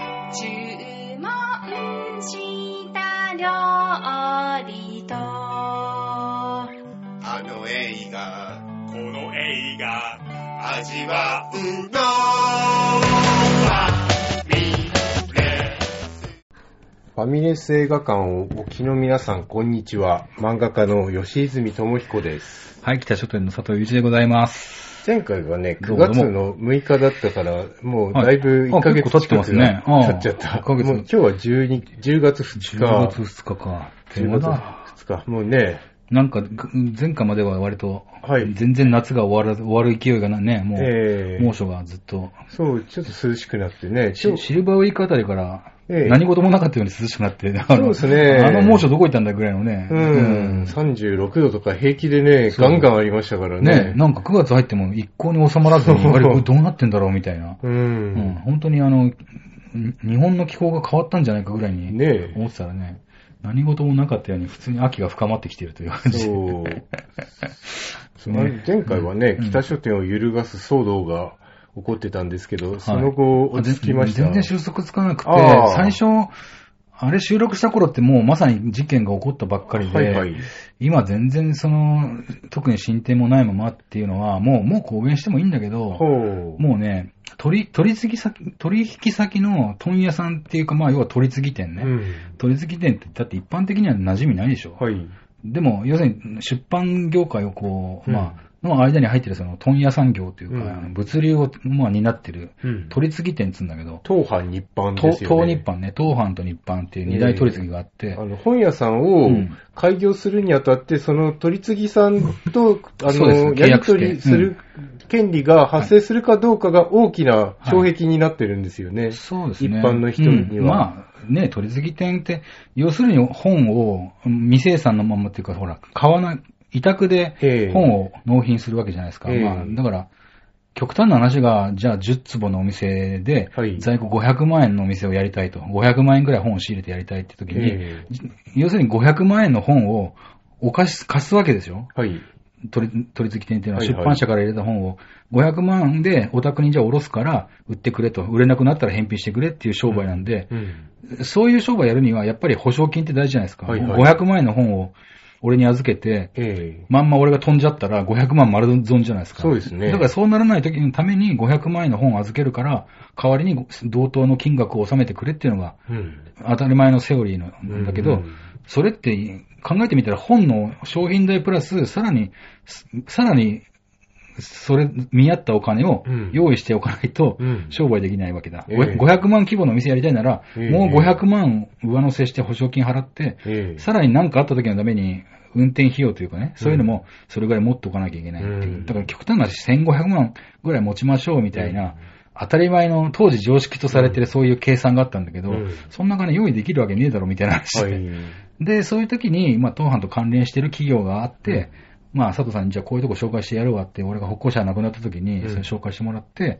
注文した料理とあの映画、この映画味わうのは見れファミレス映画館をお聞きの皆さん、こんにちは。漫画家の吉泉智彦です。はい、北書店の佐藤祐一でございます。前回がね、ど9うも月の6日だったから、もうはだいいぶ1ヶ月あ結構経ってますね近く経っちゃった。うん1ヶ月もう今日は12 10月2日10月。2日か。電10話月だ。 2日。もうね、なんか、ぐ前回までは割と、はい全然夏が終わる、終わる勢いがないね、もう、えー猛暑がずっと。そう、ちょっと涼しくなってね、シ今日シルバーウィークあたりから、ええ何事もなかったように涼しくなって、あのそうですねあの猛暑どこ行ったんだぐらいのね。うん、36度とか平気でね、そうガンガンありましたからねね。なんか9月入っても一向に収まらずに、そうあれ、これどうなってんだろうみたいな。ううん、ん。本当にあの、に日本の気候が変わったんじゃないかぐらいにねえ思ってたらね、何事もなかったように普通に秋が深まってきているという感じ。そう。そうね前回はね、うん北書店を揺るがす騒動が起こってたんですけど、その後落ち着きました。全然収束つかなくてああ、最初、あれ収録した頃ってもうまさに事件が起こったばっかりで、はいはい。今全然その、特に進展もないままっていうのは、もう、もう公言してもいいんだけど、ほう。もうね、取り、取り次ぎ先、取引先の問屋さんっていうか、まあ要は取り次ぎ店ね。うん。取り次ぎ店ってだって一般的には馴染みないでしょ。はい。でも、要するに出版業界をこう、うんまあ、の間に入ってるその問屋産業というか、うんあの物流を、まあ、担ってるうん取り次ぎ店っつうんだけど、東藩日版で東すよ、ね。東日版ね、東藩と日版っていう二大取り次ぎがあって、あの、本屋さんうをん開業するにあたって、その取り次ぎさんと、あそうですの、やり取契りす約してる権利が発生するかどうかが大きな障壁になってるんですよね。そうですね。一般の人にはうんまあ、ね、取り次ぎ店って、要するに本をうん未生産のままっていうか、ほら、買わない、委託えでえ本を納品するわけじゃないですか。ええまあ、だから、極端な話が、じゃあ10坪のお店ではい、在庫500万円のお店をやりたいと、500万円ぐらい本を仕入れてやりたいって時に、ええ要するに500万円の本をお貸し、貸すわけですよ。はい。取り、取り付き店っていうのははいは出い版社から入れた本を500万でお宅にじゃあおろすから売ってくれと、売れなくなったら返品してくれっていう商売なんで、うん。そういう商売やるにはやっぱり保証金って大事じゃないですか。はいはい500万円の本を俺に預けて、ええまんま俺が飛んじゃったら500万丸損じゃないですか。そうですねだからそうならない時のために500万円の本を預けるから、代わりに同等の金額を納めてくれっていうのがうん。当たり前のセオリーなんだけうど、んそれって考えてみたら本の商品代プラス、さらに、すさらに、それ、見合ったお金をうん用意しておかないとうん、商売できないわけだ。ええご500万規模の店やりたいなら、ええもう500万上乗せして保証金払って、ええさらに何かあった時のために、運転費用というかね、そういうのも、それぐらい持っておかなきゃいけないっていう。うんだから極端な話、1500万ぐらい持ちましょうみたいな、当たり前の当時常識とされてるそういう計算があったんだけど、うんそんな金用意できるわけねえだろみたいな話で、はい。で、そういう時に、まあ、東販と関連してる企業があって、まあ、佐藤さんにじゃあこういうとこ紹介してやるわって、俺が歩行者亡くなった時に、うんそれ紹介してもらって、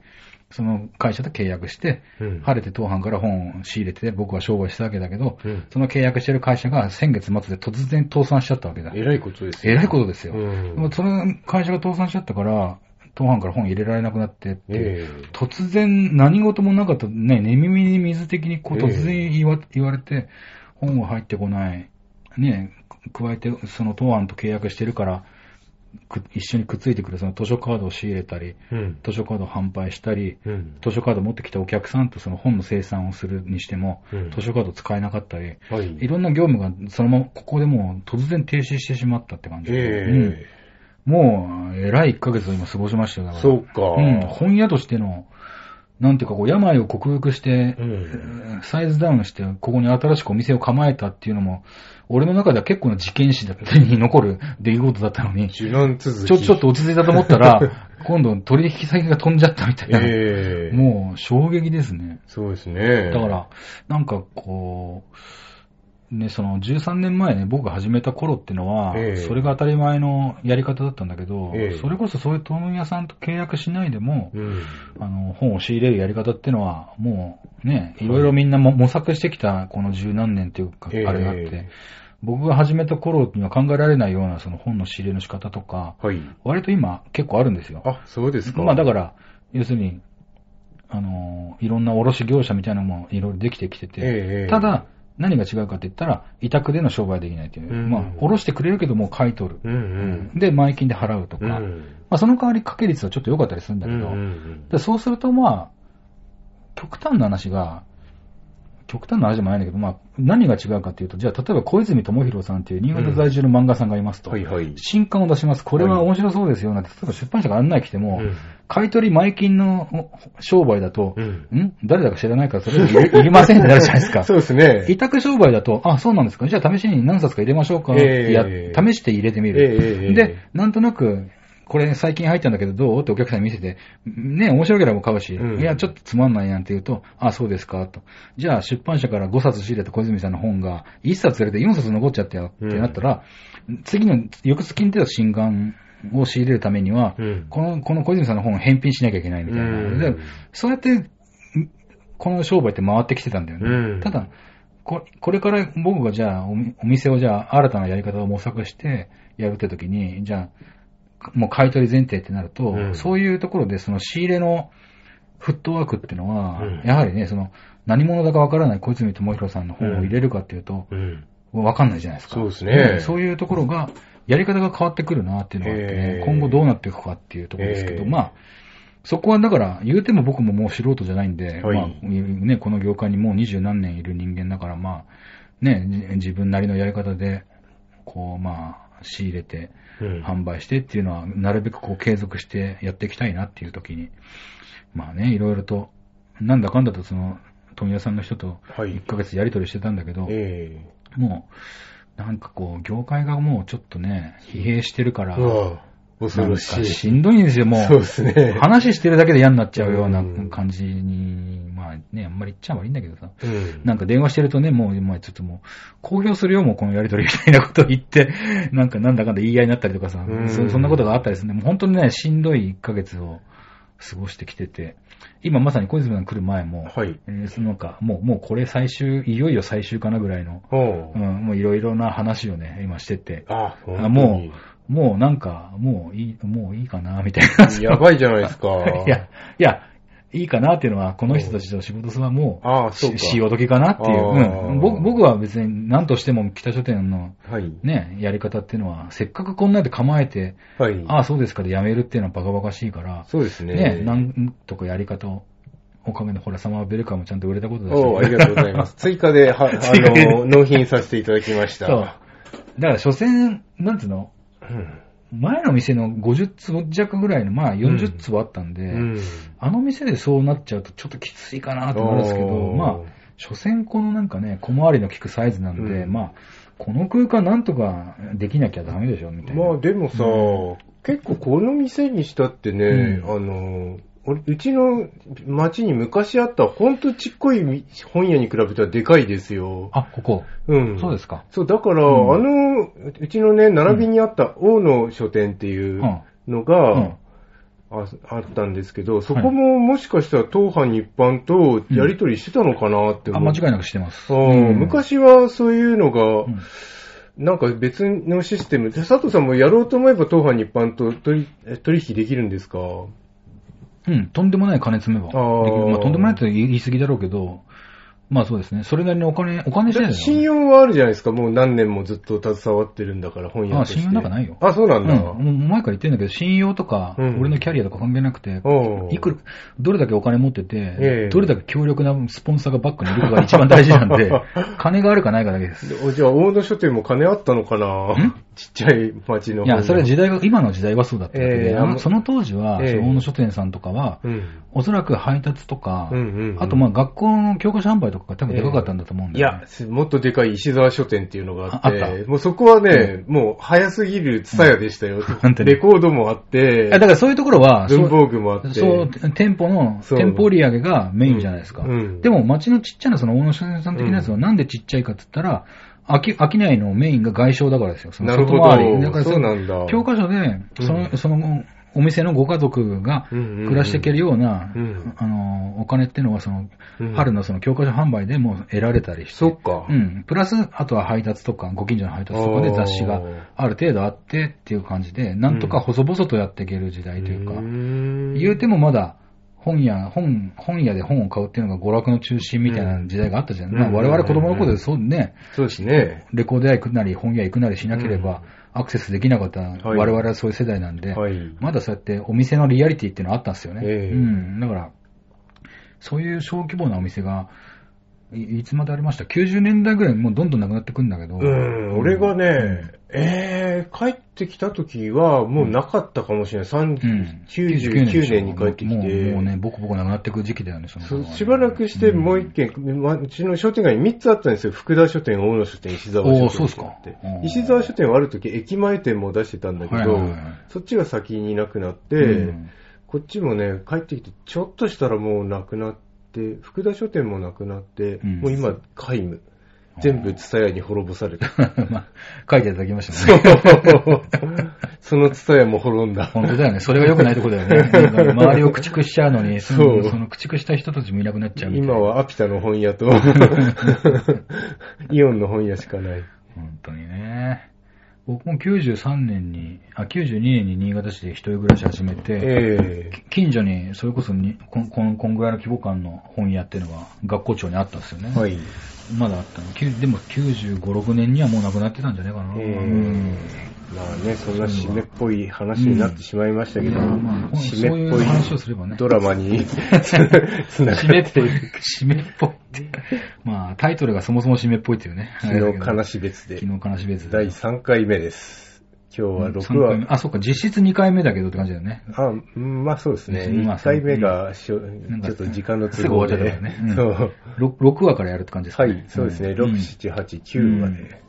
その会社と契約して、うん晴れて東販から本を仕入れて、僕は商売したわけだけど、うんその契約してる会社が先月末で突然倒産しちゃったわけだ。えらいことですえらいことですよ。うんでもその会社が倒産しちゃったから、東販から本入れられなくなってって、え突然何事もなかった、ね、寝耳に水的にこうええ突然言わ,、言われて、本は入ってこない。ね、加えて、その当案と契約してるから、く一緒にくっついてくるその図書カードを仕入れたり、えうん。図書カードを販売したり、うん。図書カード持ってきたお客さんとその本の生産をするにしても、うん図書カード使えなかったり、はいいろんな業務がそのままここでもう突然停止してしまったって感じ。うんえもう、えらい1ヶ月を今過ごしましたよ。だえからそうか。うん、本屋としての、なんていうかこう、病を克服して、うん。サイズダウンして、ここに新しくお店を構えたっていうのも、俺の中では結構な事件史だったりに残る 出来事だったのに、ち受難続き。ょ、ちょっと落ち着いたと思った ら、今度取引先が飛んじゃったみたいな、ええもう衝撃ですね。そうですね。だか、ら、なんかこう、ね、その13年前ね、僕が始めた頃ってのは、ええそれが当たり前のやり方だったんだけど、ええそれこそそういう問屋さんと契約しないでも、うん。あの、本を仕入れるやり方ってのは、もうね、いろいろみんなも模索してきた、この十何年っていうか、あええれがあって、僕が始めた頃には考えられないような、その本の仕入れの仕方とか、はい。割と今結構あるんですよ。あ、そうですか。まあだから、要するに、あの、いろんな卸業者みたいなのもいろいろできてきてて、ええただ、何が違うかって言ったら、委託での商売できないという。うんまあ、卸してくれるけどもう買い取る。うんうん。で、前金で払うとか。うん。うまんあ、その代わり掛け率はちょっと良かったりするんだうけど、んでそうするとまあ、極端な話が、極端な話でもないんだけど、まあ、何が違うかっていうと、じゃあ、例えば小泉智弘さんっていう新潟在住の漫画さんがいますうと、ん。はいはい。新刊を出します。これは面白そうですよ。なんて、例えば出版社が案内来ても、うん買い取り前金の商売だと、うんん誰だか知らないから、それいりいりませんってなるじゃないです か。そうですね。委託商売だと、あ、そうなんですか。じゃあ試しに何冊か入れましょうか。ええや試して入れてみる。ええええで、なんとなく、これ最近入ったんだけどどうってお客さんに見せて、ね、面白ければ買うし、うんいや、ちょっとつまんないやんって言うと、あ、そうですか、と。じゃあ出版社から5冊仕入れた小泉さんの本が、1冊入れて4冊残っちゃったよってなったら、次の翌月に出た新刊を仕入れるためには、うんこの、この小泉さんの本を返品しなきゃいけないみたいな。うんでそうやって、んこの商売って回ってきてたんだよね。うんただこ、これから僕がじゃあおみ、お店をじゃあ、新たなやり方を模索してやるって時に、じゃあ、もう買い取り前提ってなると、うんそういうところで、その仕入れのフットワークっていうのは、うんやはりね、その、何者だかわからない小泉智弘さんの本を入れるかっていうと、うん。わかんないじゃないですか。そうですねそういうところが、やり方が変わってくるなっていうのがあってね、ええ今後どうなっていくかっていうところですけど、ええまあ、そこはだから、言うても僕ももう素人じゃないんで、はいまあ、ね、この業界にもう二十何年いる人間だから、まあ、ね、じ自分なりのやり方で、こう、まあ、仕入れて、うん販売してっていうのは、なるべくこう継続してやっていきたいなっていう時に、まあね、いろいろと、なんだかんだとその、富田さんの人とはい1ヶ月やり取りしてたんだけど、ええもう、なんかこう、業界がもうちょっとね、疲弊してるから、うわ恐ろしなんい。かしんどいんですよ、もそううで。すね。話してるだけで嫌になっちゃうようなうん感じに、まあね、あんまり言っちゃ悪いんだけどさ。うんなんか電話してるとね、もう、まあちょっともう、公表するよ、もうこのやりとりみたいなことを言って、 なんかなんだかんだ言い合いになったりとかさう、んそそんなことがあったりするんで、もう本当にね、しんどい1ヶ月を過ごしてきてて、今まさに小泉さん来る前も、はい。えーそのなんか、もう、もうこれ最終、いよいよ最終かなぐらいの、おう、うんもういろいろな話をね、今してて、あ、本当あにもう、もうなんか、もういい、もういいかな、みたいな。やばいじゃないですか。 いや、いや、いいかなっていうのは、この人たちと仕事するのはもああ、う、そうしか。潮時かなっていう。あーうん、僕僕は別に何としても北書店のはい。ね、やり方っていうのは、せっかくこんなんで構えて、はい。ああ、そうですかでやめるっていうのはバカバカしいから、そうですね。ね、なんとかやり方を、おかげでほら、サマーベルカーもちゃんと売れたことだし、おうありがとうございます。追加で、 は、あ追加での、納品させていただきましそた。う。だから、所詮、なんつうのうん。前の店の50坪弱ぐらいの、まあ40坪あったんで、うん。あの店でそうなっちゃうとちょっときついかなと思うんですけど、おーまあ、所詮このなんかね、小回りの利くサイズなんで、うんまあ、この空間なんとかできなきゃダメでしょ、みたいな。まあでもさ、結構この店にしたってね、うあの、俺うちの町に昔あった、ほんとちっこい本屋に比べたらでかいですよ。あ、ここ、うん。そうですか。そう、だから、うんあの、うちのね、並びにあった大野書店っていうのが、うん。ああったんですけど、そこももしかしたら当藩一般とやりとりしてたのかなってあ、思う。間違いなくしてます。うんうん昔はそういうのが、うんなんか別のシステムで、佐藤さんもやろうと思えば当藩一般と取りえ取引できるんですかうん、とんでもない金詰めば。あーまあ、とんでもないって言い過ぎだろうけど、まあそうですね。それなりにお金、お金次第だよ。信用はあるじゃないですか。もう何年もずっと携わってるんだから、本屋として。あ信用なんかないよあ、そうなんだ。うん、もう前から言ってんだけど、信用とか、うん俺のキャリアとか関係なくて、おういくら、どれだけお金持ってて、ええどれだけ強力なスポンサーがバックにいるかが一番大事なん で、金があるかないかだけです。おじゃあ、大野書店も金あったのかなんちっちゃい町の。いや、それは時代が、今の時代はそうだったわけで、ええあのその当時は、ええその大野書店さんとかは、うん。おそらく配達とか、うんうんうんあとまあ学校の教科書販売とかが多分でかかったんだと思うんいだよね、や、もっとでかい石沢書店っていうのがあって、ああったもうそこはね、もう早すぎるツタヤでしたよ。本当にレコードもあってあだ、からそういうところは、そう文房具もあって。そう、店舗の、そう店舗売り上げがメインじゃないですか。うんうんでも、町のちっちゃな、その、大野商店さん的なやつは、なんでちっちゃいかって言ったら、秋、秋内のメインが外商だからですよ。そのなるほど外回りだからそうなんだ教科書で、その、うんその、お店のご家族がうんうんうん暮らしていけるような、うんあの、お金っていうのは、その、うん春のその教科書販売でも得られたりして。そっか。うん。プラス、あとは配達とか、ご近所の配達とかで雑誌がおーある程度あってっていう感じで、なんとか細々とやっていける時代というか、ーん言うてもまだ、本屋、本、本屋で本を買うっていうのが娯楽の中心みたいな時代があったじゃない、うんまあ我々子供の頃でそうね、そうですね。レコード屋行くなり本屋行くなりしなければアクセスできなかった、い我々はそういう世代なんで、はい。まだそうやってお店のリアリティっていうのはあったんですよね。ええうん。だから、そういう小規模なお店が、いいつまでありました ?90 年代ぐらいにもうどんどんなくなってくんだけど。うん、俺がね、えー、帰ってきた時はもうなかったかもしれない。うん、 99年に帰ってきもうてもう、ね、ボコボコなくなってく時期だよね、その頃そはねしばらくしてもう一軒、まうちの商店街に3つあったんですよ。福田書店、大野書店、石沢お書ーそ店うっすかってうん石沢書店はある時駅前店も出してたんだけはいど、はいはいそっちが先になくなって、うん こっちもね、帰ってきてちょっとしたらもうなくなって、福田書店もなくなって、うんもう今、皆無。全部、ツタヤに滅ぼされた。まあ、書いていただきましたそね。う そのツタヤも滅んだ。本当だよね。それが良くないとこだよね。な んか周りを駆逐しちゃうのに、そそうのその駆逐した人たちもいなくなっちゃうみたいな。今はアピタの本屋 と、イオンの本屋しかない。本当にね。僕も93年に、あ、92年に新潟市で一人暮らし始めて、ええ近所に、それこそにこん、こん、こんぐらいの規模感の本屋っていうのが学校長にあったんですよね。はい。まだあったの。きゅでも95、6年にはもうなくなってたんじゃないかな。ええうんまあね、そんな締めっぽい話になってしまいましたけど、いやまあ締めっぽそういう話をすればいねドラマ につな締めがっってぽいいく。、締めっぽいって。まあ、タイトルがそもそも締めっぽいっていうね。昨日悲しし別で、昨日悲し別第3回目です。今日は6三回話。目あ、そうか、実質2回目だけどって感じだよね。あ、うんまあそうですね。うんまあ1回目がしょ、んかちょっと時間のす都ぐ合終で。わっちゃった からねうんそう。ろ 6, 話からやるって感じですかはね。い、そうですね。ん6、うん7、8、9話うんで。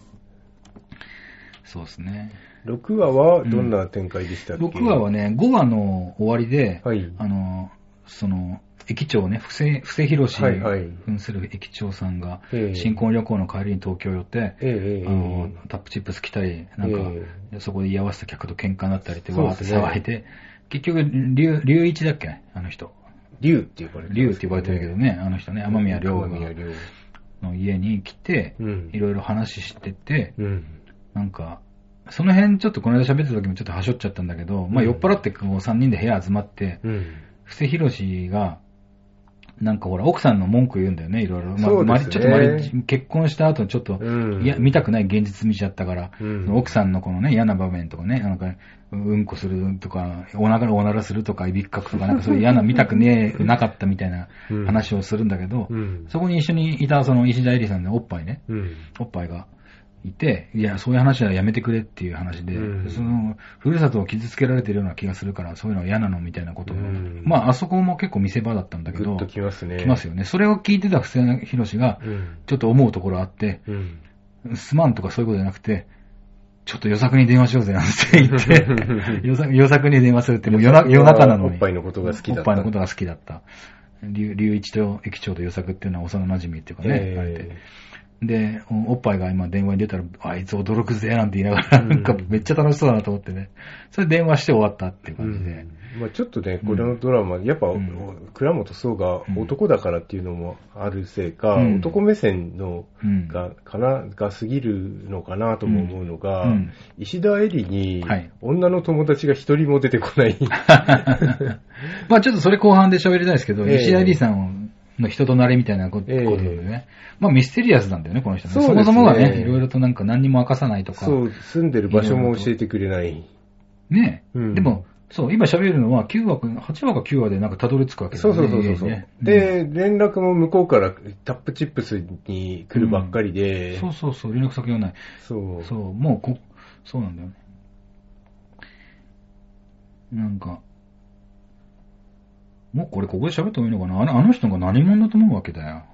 そうですね。 6話はどんな展開でしたっけ、 6話はね、5話の終わりで、はい。あの、その、駅長ね、布施、布施博士はいはい扮する駅長さんが、ええ新婚旅行の帰りに東京寄って、ええええあの、タップチップス来たり、なんか、えでそこで居合わせた客と喧嘩になったりって、そうわーでっすてね騒いで、結局、龍、龍一だっけあの人。竜って呼ばれてる、龍って呼ばれてるけどね、あの人ね、天宮龍竜が天宮龍。の家に来て、うんいろいろ話してて、うん。なんか、その辺ちょっとこの間喋った時もちょっとはしょっちゃったんだけど、まあうん酔っ払ってこう3人で部屋集まって、うん。布施博士が、なんかほら、奥さんの文句言うんだよね、いろいろ。まあそうですねマリちょっとマリ結婚した後、ちょっと、うんいや、見たくない現実見ちゃったから、うんその奥さんのこのね、嫌な場面とかね、なんか、うんこするとか、おなら、おならするとか、いびっかくとか、なんかそういう嫌な、見たくねえ、なかったみたいなうん話をするんだけど、うん。そこに一緒にいた、その石田エリさんのおっぱいね、うん。おっぱいがいて、いや、そういう話はやめてくれっていう話で、うんその、ふるさとを傷つけられてるような気がするから、そういうのは嫌なのみたいなことを、うんまあ、あそこも結構見せ場だったんだけぐど、っときますね。来ますよね。それを聞いてた布施博が、うん。ちょっと思うところあって、うん。すまんとかそういうことじゃなくて、ちょっと予作に電話しようぜなんて言って、 予作予作に電話するって、もう夜な夜中なのに。おっぱいのことが好きだったおっぱいのことが好きだった。龍龍一と駅長と予作っていうのは幼馴染っていうかね、あれでえで、おおっぱいが今電話に出たら、あいつ驚くぜ、なんて言いながら、うんなんかめっちゃ楽しそうだなと思ってね。それで電話して終わったっていうえ感じで。まあちょっとね、これのドラマ、やっぱ、うん倉本壮が男だからっていうのもあるせいか、うん男目線のうん。が、かな、が過ぎるのかなとも思うのが、うんうん石田絵里にはい、女の友達が一人も出てこ ない。まあちょっとそれ後半で喋りたいですけど、ええ石田エリさんの人となりみたいなこと,、ええことなんでね。まあミステリアスなんだよね、この人ね。そうそですねもそもがね、いろいろとなんか何にも明かさないとか。そう、住んでる場所も教えてくれない。ね、うんでも、そう、今喋るのは9話か、8話か9話でなんかたどり着くわけだそようね。そうそうそうそう、家にねで、連絡も向こうからタップチップスに来るばっかりうで、んそうそうそう、連絡先がない。そうそう、もうこ、そうなんだよね。なんか、もうこれここで喋ってもいいのかなあのあの人が何者だと思うわけだよ。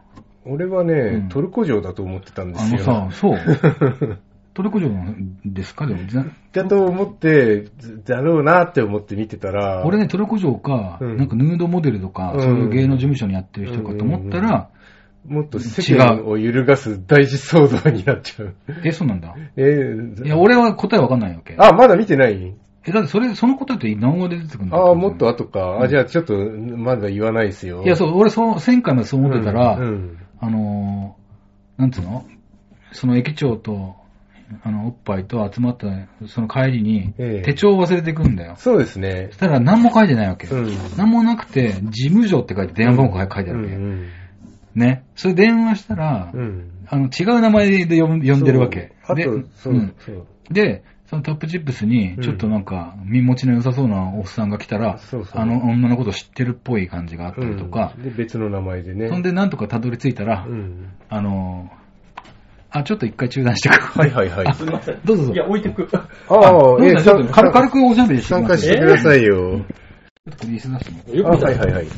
俺はね、うんトルコ城だと思ってたんであすのよ。さ、そう。 トルコ城なんですかでも、ざだと思って、だろうなって思って見てたら、俺ね、トルコ城か、うんなんかヌードモデルとか、うんそういう芸能事務所にやってる人かと思ったら、もっと世間を揺るがす大事騒動になっちゃう。え、そうなんだ。えーいや、俺は答えわかんないわけ。あ、まだ見てないえ、だってそれ、その答えって何話で出てくるんだああ、もっとあ後か。あ、じゃあちょっと、まだ言わないですよ。いや、そう、俺、そう、前回までそうう思ってたら、んうんあのー、なんつうのその駅長とあの、おっぱいと集まった、その帰りにええ、手帳を忘れていくんだよ。そうですねそ。したら何も書いてないわけ。うん。何もなくて、事務所って書いて電話番号が書いてあうんるわけ。うん。ね。それ電話したら、うん。あの、違う名前で呼ん呼んでるわけ。そうあとで、、、そううんそう。で、そのタップチップスに、ちょっとなんか、身持ちの良さそうなおっさんが来たら、そうそうあの女のこと知ってるっぽい感じがあったりとかう、んで、別の名前でね。そんでなんとかたどり着いたら、うん。あのー、あ、ちょっと一回中断してくる。はいはいはい。あすみません。どうぞどうぞいや、置いてく。あどうあ、ぞえちょっと軽軽くおしゃべりしてき参ま加すしてくださいよ。ちょっとこれ椅子出してもらってよあ、く見たはらいはいはい。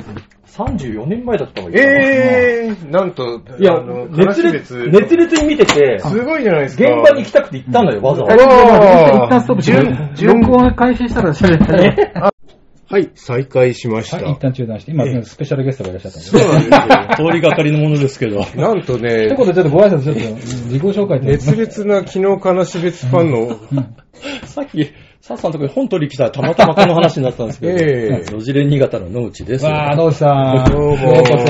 34年前だったわけええー、なんと、いやあの、熱悲しい烈、熱烈に見てて、すごいじゃないです現か。場に行きたくて行ったんだよ、わざわざ。あ一旦ストップしてくれ、順録音開始したら喋ったね。はい、再開しました。はい、一旦中断して、今、ええスペシャルゲストがいらっしゃったんで。そうなんですよ。 通りがかりのものですけど。なんと一ね、 言ちょっとご挨拶、ちょっと自己紹介で。熱烈な昨日悲し別ファンの、さっき、サッさんのとこに本取り来たらたまたまこの話になったんですけど、ええ路地レ新潟の野内です。わあ、たどうしたどうもようこそ。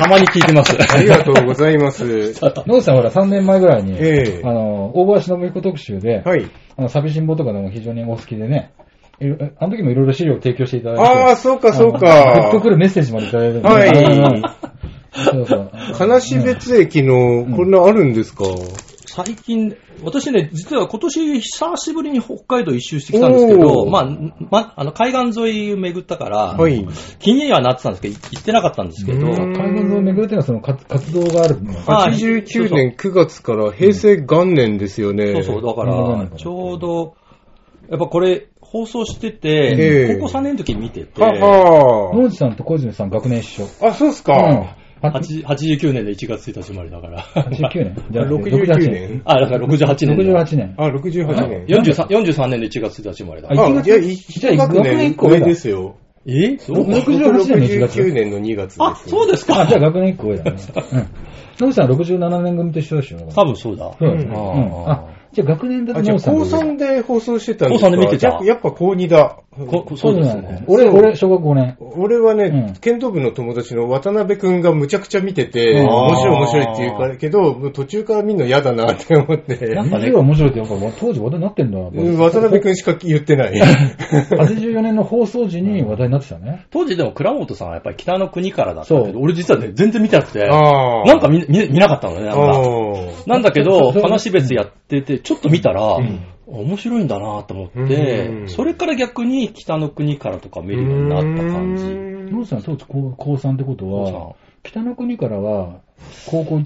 たまに聞いてます。ありがとうございます。どうしたほら、3年前ぐらいに、ええあの、大林信彦特集で、はい。あの、寂しんぼとかでも非常にお好きでね、いろあの時もいろいろ資料を提供していただいて、ああ、そうかそうあのグッとくか。るメッセージまでいただいてるんではそうそう。悲し別駅の、こんなあるんですか最近、私ね、実は今年久しぶりに北海道一周してきたんですけど、おーまあ、ま、あの、海岸沿い巡ったから、はい。気にはなってたんですけど、い行ってなかったんですけど、うん海岸を巡るっていうのはその活活動があるのがはい89年9月から平成元年ですよね。そうそう、だかうんら、ちょうど、やっぱこれ、放送しててえ、え高校3年の時に見てて、は野は内さんと小泉さん学年一緒。ーあ、そうっすうか。ん。8 89年で1月1日生まれだから。 89年じゃなくて69年。 あ、だから68年だ。 68年。あ、68年。 43, 43年で1月1日生まれだあ。あ、 1いや、いじゃあ1学年1上ですよ。えそ68う年の1月69年の2月です。あ、そうですあ、かじゃあ学年一個上だね。うん。野口さんは67年組と一緒でしょ。多分そうだ。そうですね。ううんん。あ、じゃあ学年だとあ、じゃ野あ、口さん高と上。 3で放送してたんです高三で見てたやっぱやっぱ高2だ。こそこそううじゃですないね。俺、そう俺、小学5年。俺はね、うん剣道部の友達の渡辺くんがむちゃくちゃ見てて、うん面白い面白いって言うからけど、もう途中から見るの嫌だなって思って、なんかね、面白いって、やっぱ当時話題になってんだなと思っうて。ん渡辺くんしか言って ない。 84年の放送時に話題になってたね。当時でも倉本さんはやっぱり北の国からだったけそど、俺実はね、全然見てなくて、あーなんか見見見なかったのね、なんか。あなんだけど、そうそう話別やってて、ちょっと見たら、面白いんだなと思ってう、んそれから逆に北の国からとか見るようになった感じ。野口さん、当時高高3ってことは、北の国からは、高校、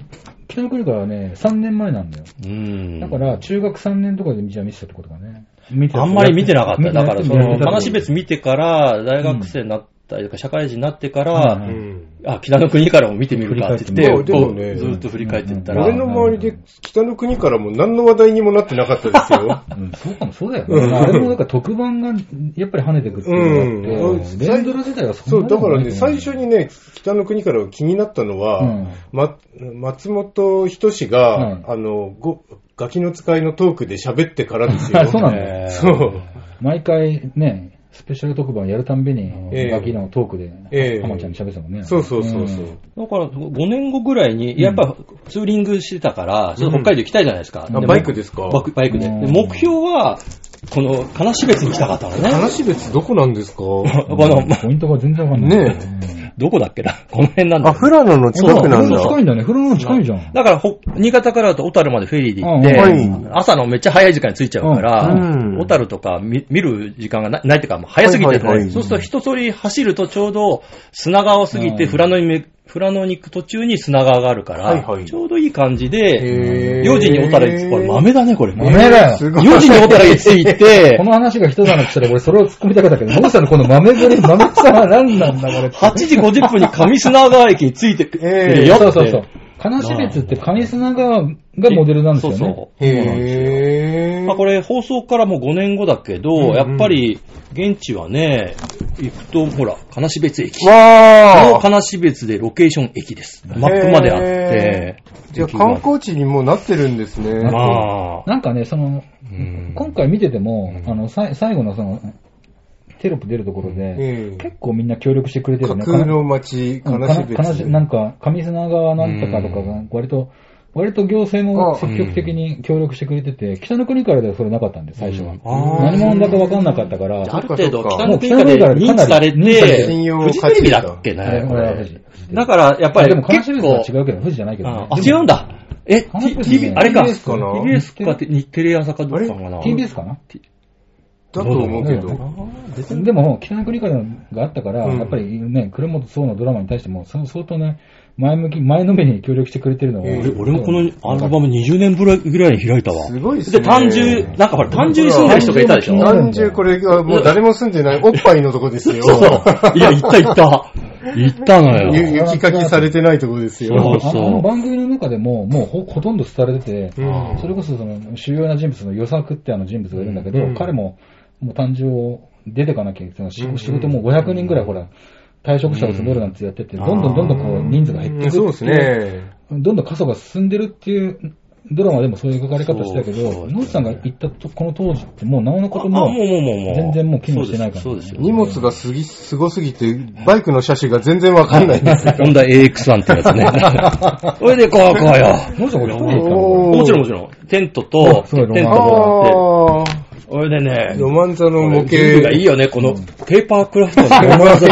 北の国からはね、3年前なんだよ。うん。だから、中学3年とかでじゃあ見てたってことかね。見てたあんまり見てなかった。だから、そ見ての、なかった話別見てから、大学生になったりとか、社会人になってかうんら、うんあ、北の国からも見てみるかって振言っりて、返ってこみようう、でずもねっと振り返っていった俺ら、の周りで北の国からも何の話題にもなってなかったですよ。うんそうかも、そうだよね。あれもなんか特番が、やっぱり跳ねてくっていうのがあっうんて、レンドラ自体は そそんう、なだでかもらないと思うね、最初にね、北の国から気になったのは、 うんま、松本人志が、うんあの、ごガキの使いのトークで喋ってからですよ。あ そうなんだよ。えーそう。毎回ね、スペシャル特番やるたんびに、ええガキのトークで、ええ浜ちゃんに喋ってたもんね。そうそうそうそう。んだから5年後ぐらいに、やっぱツーリングしてたから、ちょっと北海道行きたいじゃないですか。あバイクですかバイクバイクで。でうん目標は、この、金標別に来たかったのね。話別どこなん ですかこの、ポイントが全然わかんない。ねどこだっけなこの辺なんだよね。ラノのえ。そうだ、フランス近いんだね。フランス近いじゃん。だから、ほ新潟からだと小樽までフェリーで行っうんて、はい朝のめっちゃ早い時間に着いちゃうから、うん小樽とか見見る時間がなないっていうか、もう早すぎて、はいはいはいそうすると一通り走るとちょうど砂川を過ぎて、うん富良野にめ、富良野に行く途中に砂川があるから、はいはいちょうどいい感じでへ、ー4時に小樽行って、これ豆だね、これ。豆だよ。すごい。 4時に小樽へ着 いてこ、の話が人だなって言ったら、俺それを突っ込みたかったけど、どうしたのこの豆ぶり、豆草は何なんだ、これ。 8時50分に上砂川駅に着いてく えるよって。そうそうそう。金標別って上砂川がモデルなんですよね。そうそうへぇまあ、これ放送からもう5年後だけど、んうんやっぱり現地はね、行くと、ほら、金標別駅。わこのー金標別でロケーション駅です。マップまであって。じゃあ観光地にもうなってるんですね。まあ、なんかね、その、うん今回見てても、あの、さい最後のその、テロップ出るところで、ええ結構みんな協力してくれて架るね。空の街、うん悲かしな別。かなしなんか、上砂川なんとかとかが、割と、割と行政もあ積極的に協力してくれてて、北の国からではそれなかったんで、最初は。あー何者だか分かんなかったから、ゃある程そっ度、かそっか北の国からで認知されもう北の国からかなりて、信用をフジテ勝ち得レビただっけあれね、こ俺は富れ。士。だから、やっぱありでも、カナシ結ベース構、は違うけど、富士じゃないけどねあ、。違うんだ。え、T- カナシベース TV、ねあれか。 TBS かな TBS か、日テレ朝かどっちかかな。 TBS かなだと思うけど。でも、北の国からがあったから、うんやっぱりね、倉本総のドラマに対しても、そ相当ね、前向き、前のめりに協力してくれてるのが、ええ俺俺もこのアルバム20年ぶりぐらいに開いたわ。すごいっすね。で、単純、なんかほら、単純に住んでる人がいたでしょ単純単純これ、あもう誰も住んでない、おっぱいのとこですよ。そうそう。いや、行った 行った。行ったのゆよ。雪かきされてないとこですそよ。うあのあの番組の中でも、もうほほとんど廃れてて、うんそれこそその主要な人物の与作ってあの人物がいるんだけど、うん彼ももう誕生出てかなきゃいけない。そうんの仕仕事も500人ぐらいほら、退職者を募るなんてやってて、どんどんどんどんこう人数が減ってういんくそうでっすていう、ね。どんどん過疎が進んでるっていうドラマでもそういう描かれ方してたけそうそど、う野内さんが行ったとこの当時ってもうなおのこともあ、もうもうもうもう。全然もう機能してないからねそうですよ。荷物がすぎ、すごすぎて、バイクの車種が全然わかんないんですよ。ホンダ AX1 ってやつ ね。それで、こう、こうよ。野内さんこれ一人で行ったのおーもちろんもちろん。テントと、あすテごいントあもらって。それでねー、、ロマンザの模これ型。準備がいいよね、このペーパークラフトのロ マンザ。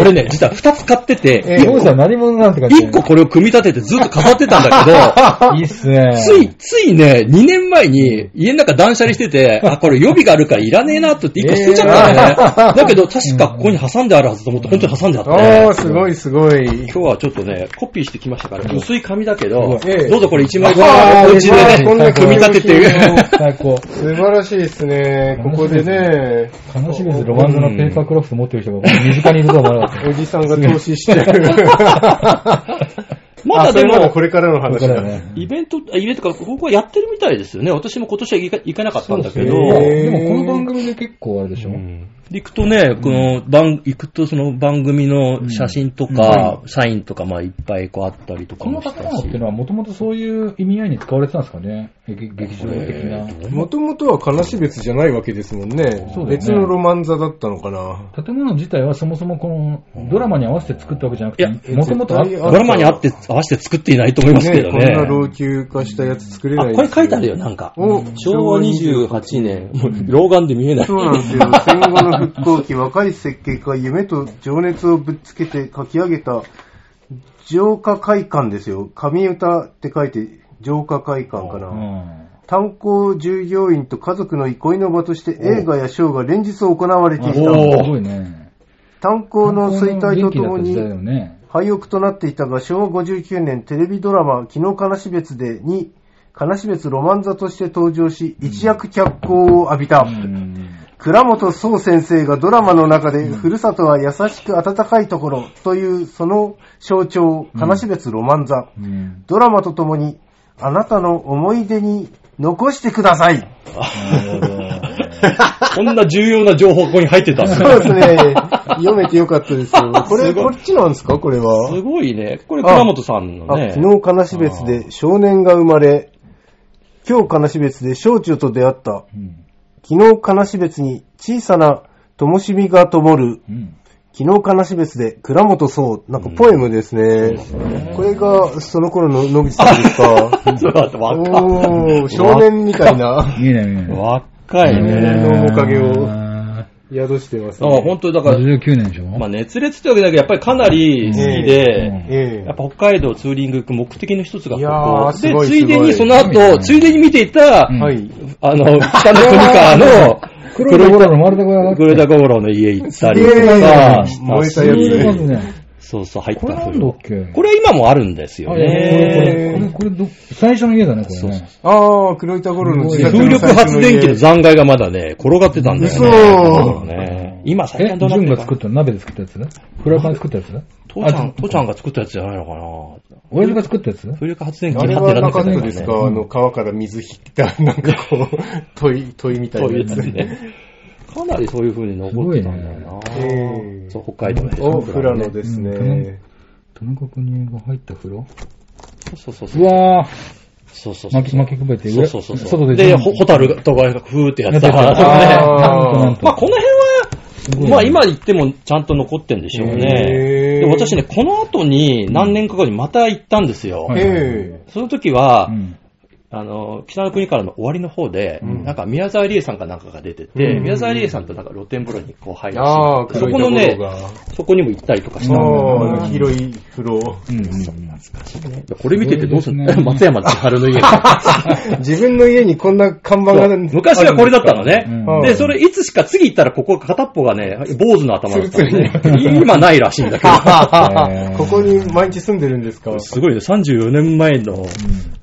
俺ね、実は2つ買ってて、え野内さん何者なんて感じ1個これを組み立ててずっと飾ってたん だいいっすね。けど、つい、ついね、2年前に家の中断捨離し てて、あ、これ予備があるからいらねえなって言って1個捨てちゃった のね。だけど確かここに挟んであるはずと思って、本当に挟んであって。あー、すごいすごい。今日はちょっとね、コピーしてきましたから、薄い紙だけど、ええどうぞこれ1枚あーお家でこんなね、組み立ててる。最高。素晴らしいですね。ここでね、悲しみです。ロマンズのペーパークロフト持ってる人が身近にいるとは思わなかっおじさんが投資して る。まだあそでれまだもこ、れからのた。話だだから。ね。イベント、あイベントか、ここはやってるみたいですよね。私も今年は行か行かなかったんだけど、そうですねでもこの番組で結構あれでしょ、行くとね、この番、行くとその番組の写真とか、サインとか、まあいっぱいこうあったりとかこのもし建た物っし。ていうのはもともとそういう意味合いに使われてたんですかね劇劇場的な。もともとは悲し別じゃないわけですもんね。そうだよね別のロマンザだったのかな。建物自体はそもそもこのドラマに合わせて作ったわけじゃなくて、いもともとあっ絶た対ドラマに合って、合わせて作っていないと思いますけねどこんね。な老朽化したやつ作れあ、ないですこれ書いてあるよ、なんか。お昭和28年、もう老眼で見えない。そうなん ですよ。戦後の復興期、若い設計家、夢と情熱をぶっつけて書き上げた、浄化会館ですよ。神歌って書いて、浄化会館かうな。ん炭鉱従業員と家族の憩いの場として映画やショーが連日行われていすた。ごいね。炭鉱の衰退ととも元気だっにた時代だよね。廃屋となっていたが、昭和59年テレビドラマ、昨日悲し別でに、悲し別ロマン座として登場し、一躍脚光を浴びた。うん倉本総先生がドラマの中で、ふるさとは優しく温かいところというその象徴、悲し別ロマン座。うんドラマとともに、あなたの思い出に残してください。なるほど。こんな重要な情報ここに入ってたん だそうですね。 読めてよかったですよ。これ、こっちなんですかこれは。すごいね。これ、倉本さんのあね。昨日悲し別で少年が生まれ、今日悲し別で少女と出会った。うん昨日悲し別に小さな灯火が灯る。うん昨日悲し別で倉本壮。なんかポエムですね。これがその頃の野口さんですか。 そうだって若おいー、少年みたいな見えない見えない。若いね。年の面影をあ宿してますだからね。本当にだーから、 59年でしょ、まあ熱烈ってわけだけど、やっぱりかなり好きうんで、えやっぱ北海道ツーリング行く目的の一つがいやーこすごこ。いで、ついですごいにその後、ついでに見ていた、うんはい。あの、北の国から の、黒いところの丸太小屋があってグレダゴーロの家行ったりといやいやいやか、燃えたやつそうねですね。そうそう、入っこれたなそんだっけこれは今もあるんですよあいやこね。れ、これ、これ、これど、最初の家だね、これね。ああ、黒板五郎の自風宅の力発電機の最初残骸がまだね、転がってたんだよね。嘘ね今、最え、近どうなジュってンるがか作った、鍋で作ったやつフライパンで作ったやつ父ちゃあん、父ちゃんが作ったやつじゃないのかな親父が作ったやつ風力発電機あれになってはるなわかけっじゃないたからですねかあの、川から水引いた、 なんかこう、問い、問いみたいそうないうややつつ。ね。かなりそういう風に残ってたんだよすごいねな。そう、北海道で。お、富良野ですね。田中邦衛が入った風呂そうそうそうう。わぁ、そうそうそう。巻き、巻きくべて、そうそうそうそう。外で。で、ホホタルとかがふーってやってたからやってたね。あーなんとなんとまあ、この辺ごは、いまあ今言ってもちゃんと残ってんでしょうね。へーで私ね、この後に何年か後にまた行ったんですよ。はいえその時は、うんあの、北の国からの終わりの方で、なんか宮沢りえさんかなんかが出てて、うん宮沢りえさんとなんか露天風呂にこう入るああ、し、そ黒いことのころね、が。そこにも行ったりとかしえ。たんだああ、広い風呂。うんうんでこれ見ててどうすんの、そうですね松山千春の家に。自分の家にこんな看板がそうね昔はこれだったのね。うんで、それいつしか次行ったらここ片っぽがね、坊主の頭だったのね。今ないらしいんだけ ど。えーここに毎日住んでるんですかすごいね、34年前の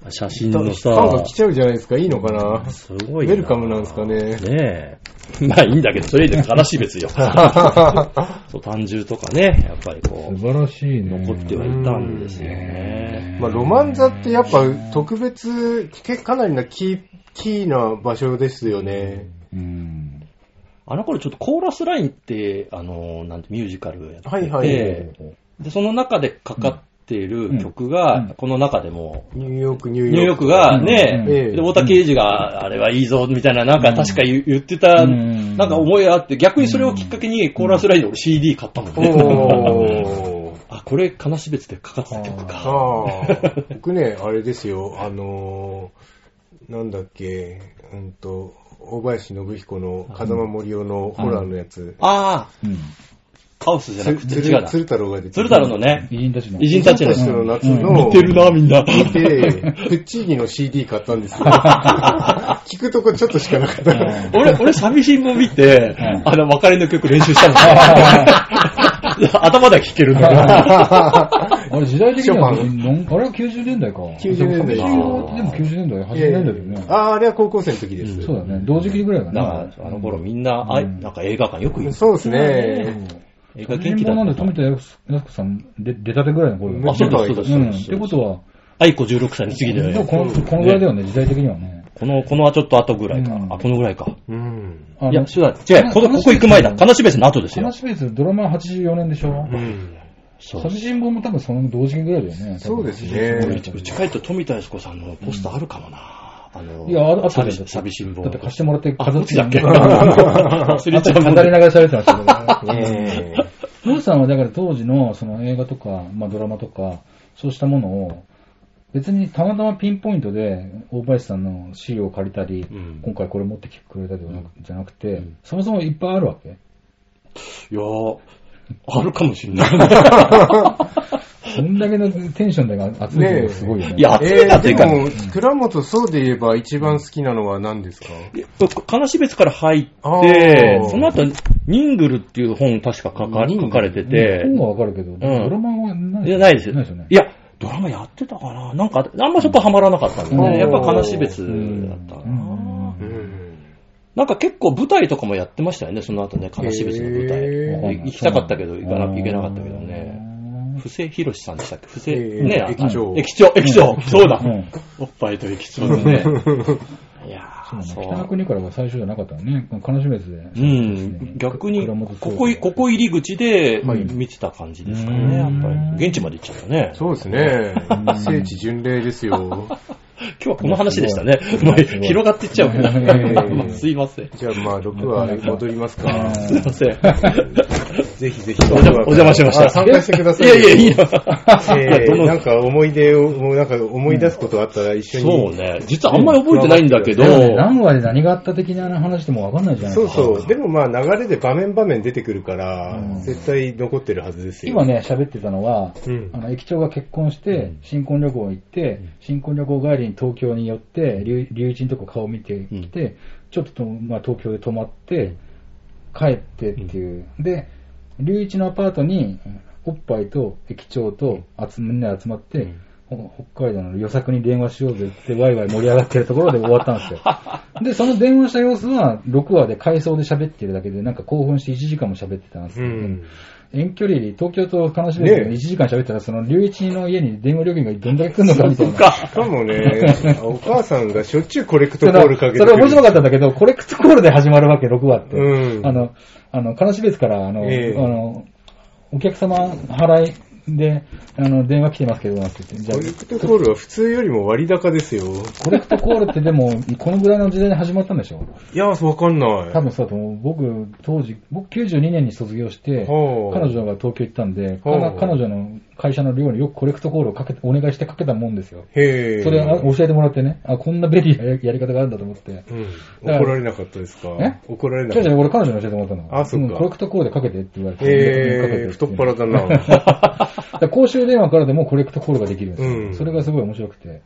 写真のさフ、ァンが来ちゃうじゃないですか。いいのかなすごウいェルカムなんですかね。ねえ。まあいいんだけど、それ以上悲し い別よ。そう、単純とかね、やっぱりこ素晴らしいね。う、残ってはいたんですよね。まあ、ロマン座ってやっぱ特別、結かなりなキー、キーな場所ですよね。うん。あの頃ちょっとコーラスラインって、あの、なんてミュージカルやってて、はいはいで、その中でかかっている曲が、うんうんこの中でも、ニューヨーク、ニューヨーク。ニューヨークがね、ええで、太田刑事が、あれはいいぞ、みたいな、なんか確か言言ってた、うんなんか思いがあって、逆にそれをきっかけに、コーラスラインで俺 CD 買ったもんね。 おー。 あ、これ、悲し別でかかってた曲あか。あ、僕ね、あれですよ、あのー、なんだっけ、うんと、大林信彦の風間森夫のホラーのやつ、ああ、うん。カオスじゃなつくて鶴違うな。鶴太郎が出て鶴太郎のね、偉人たちの。偉人たちの鶴太郎の夏うんの、似てるな、みんな。見て、プッチーニの CD 買ったんですよ。聞くとこちょっとしかなかった。 俺、俺、寂しいも見てん、あの、別れの曲練習したの。頭だけ弾けるのよ。あれ時代的には、ショパあれは90年代か。 90年代でもでも90年代、80年代だよね。ああ、あれは高校生の時でうすん。そうだね。同時期ぐらいだだね。から、あの頃みんな、あいなんか映画館よく行く。そうですね。映画元貧気だ乏なっんでた。富田靖子さんで出たてぐらいの頃だよねあ、そうだそうだう。そうんだっそてうこだ。とは、愛子16歳の次だでよもね。このこのぐらいだよね、時代的にはね。この、このはちょっと後ぐらいかう。んあ、このぐらいか。うん。あいや、のそうだ、違う、この、ここ行く前だ。悲しべ別の後ですよ話。ベース、ドラマ84年でしょ。うん。そう。寂しん坊も多分その同時期ぐらいだよね。そうです俺うね。ちうち帰った富田靖子さんのポスターあるかもな。あの、いやああったで寂しょし寂しん多ぼ分。だって貸してもらって飾ってだっけ忘 忘れちゃうもんね飾りながら喋ってましたけどね。ねムーさんはだから当時のその映画とか、まあ、ドラマとか、そうしたものを、別にたまたまピンポイントで大林さんの資料を借りたり、うん今回これ持ってきてくれたりはなくじゃなくて、んそもそもいっぱいあるわけ。いやー、あるかもしん ない。こんだけのテンションで集めてるのすごいよね。いや、集めえたー、っていでうか、も、倉本そうで言えば一番好きなのは何ですか悲し別から入ってあー、その後、ニングルっていう本確か書か書かれてて、本はわかるけど、ドラマはないいや、ないですよ。ないですよね。いや、ドラマやってたかななんか、あんまそこはまらなかったんでうんね。やっぱ悲し別だったうな。うん。なんか結構舞台とかもやってましたよね、その後ね、悲し別の舞へ台。ーわかんない行きたかったけど行かな行けなかったけどね。布施博さんでしたっけ布施、えーね、あ駅長駅長、駅長、そうだ、うんおっぱいと駅長のね。いやそうー、ね、そ北のう。国からが最初じゃなかったのね。悲しめずで。うん、逆に、ここ、ここ入り口で見てた感じですかね、やうんっぱり。現地まで行っちゃったね。そうですね。聖地巡礼です よ。今日はこの話でしたね。ごいもう広がっていっちゃうからうん まあすいません。じゃあ、まあ、6話戻りますか。すいません。ぜひぜひ。お邪魔お邪魔しましたあ参加してくだいさい。やいや、いいな。えどーのなんか思い出を、もうなんか思い出すことあったら一緒そうに。ね。実はあんまり覚えてないんだけど、でもね、何話で何があった的な話でもわかんないじゃないそでうすか。そう。でもまあ流れで場面場面出てくるから、うん絶対残ってるはずですよ。今ね、喋ってたのは、うんあの、駅長が結婚して、新婚旅行行って、新婚旅行帰りに東京に寄って、龍龍一のとこ顔見てきて、ちょっとと、まあ、東京で泊まって、帰ってっていう。で、龍一のアパートに、おっぱいと駅長と集まみんなで集まって、ほ北海道の予作に電話しようぜってワイワイ盛り上がってるところで終わった んですよ。で、その電話した様子は6話で回想で喋ってるだけで、なんか興奮して1時間も喋ってたんですけうど、ん。遠距離で東京と悲しみでねえ1時間喋ったら、その、龍一の家に電話料金がどんだけ来るのかみたいな。しかも ね、お母さんがしょっちゅうコレクトそれコールかけてくる。面白かったんだけど、コレクトコールで始まるわけ、6話って。うんあの、あの、悲し別から、あの、ええあの、お客様払いで、あの、電話来てますけど、なんて言って。じゃコあレクトコールは普通よりも割高ですよ。コレクトコールってでも、このぐらいの時代に始まったんでしょいや、わかんない。多分そうだと思う。僕、当時、僕92年に卒業して、ほう彼女が東京行ったんで、かほうな彼女の会社の寮によくコレクトコールをかけて、お願いしてかけたもんですよ。へえ。それあ教えてもらってね、あ、こんな便利なややり方があるんだと思って。うん。ら怒られなかったですかえ怒られなじゃかっあじたゃ。あ俺彼女に教えてもらったの。あそっかうんコレクトコールでかけてって言われて。かけてへえ、って太っ腹だ な。だから公衆電話からでもコレクトコールができるんですよ。うんそれがすごい面白くて。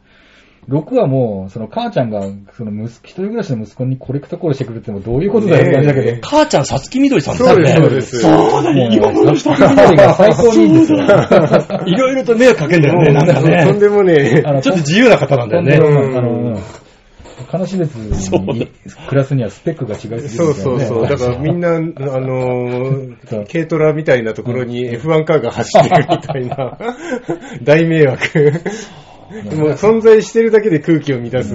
6はもう、その母ちゃんが、その息子、一人暮らしの息子にコレクトコールしてくるってもうどういうことだよって感じだけど、母ちゃん、さつきみどりさんそうです、ね。そうです。そうもう、サッカーボールが最高にいいんで すよ。 いろいろと迷惑かけんだよね、なんかとんね。でもねあのちょっと自由な方なんだよね。あの、金種別に暮らすにはスペックが違いえ。すそぎるうそうそう。だからみんな、あのそうー、軽トラみたいなところに F1 カーが走ってるみたい な、大迷惑。もう存在してるだけで空気を乱す。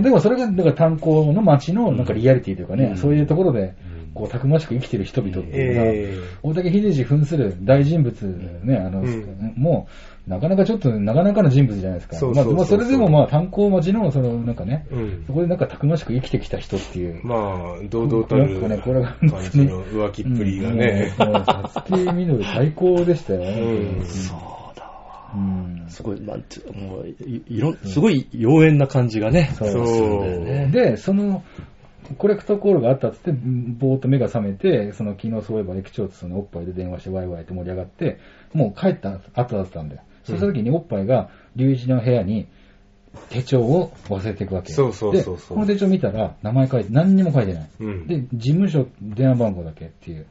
でもそれが、だから炭鉱の街のなんかリアリティというかね、そういうところで、こう、たくましく生きてる人々っていうのが、え大竹秀治扮する大人物、ね、あの、うんもう、なかなかちょっと、なかなかの人物じゃないですか。そうそうそうそうまあ、まあそれでもまあ、炭鉱町の、その、なんかねえ、うんそこでなんかたくましく生きてきた人っていう。まあ、堂々たるなんかねこれが感じの浮気っぷりがね。うんもうサツキミドル最高でしたようね。ん。うんすごい、まあ、ちょもう、いいろん、すごい妖艶な感じがね。そうそう。で、その、コレクトコールがあったっつって、ぼーっと目が覚めて、その昨日そういえば駅長とそのおっぱいで電話してワイワイと盛り上がって、もう帰った後だったんだよ。そした時におっぱいが、龍一の部屋に手帳を忘れていくわけ。そうそうそうそうでこの手帳見たら、名前書いて、何にも書いてない。うんで、事務所、電話番号だけっていう。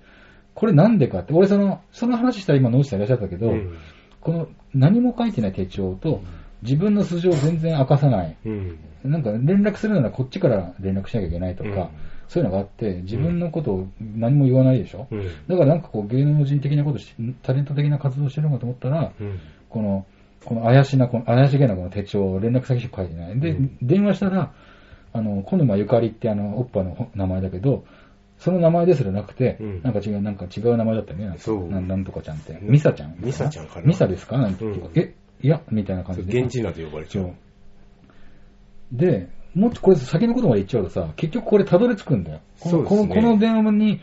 これなんでかって、俺その、その話したら今、野内さんいらっしゃったけど、うんこの何も書いてない手帳と、自分の素性を全然明かさない。うん。なんか連絡するならこっちから連絡しなきゃいけないとか、うんそういうのがあって、自分のことを何も言わないでしょ、うんだからなんかこう芸能人的なことし、タレント的な活動してるのかと思ったら、うん。この、この怪しな、この怪しげなこの手帳、連絡先しか書いてない。で、電話したら、あの、小沼ゆかりってあの、おっぱの名前だけど、その名前ですらなくて、うんなんか違う、なんか違う名前だったよね。なんかそうなんなんとかちゃんって。ミサちゃん。ミサちゃんかなミサですかなんて、うんえ、いや、みたいな感そうじで。現地名で呼ばれち一ゃ応う。。で、もっとこれ先のことまで言っちゃうとさ、結局これたどり着くんだよ。このそうですねこのこの電話に、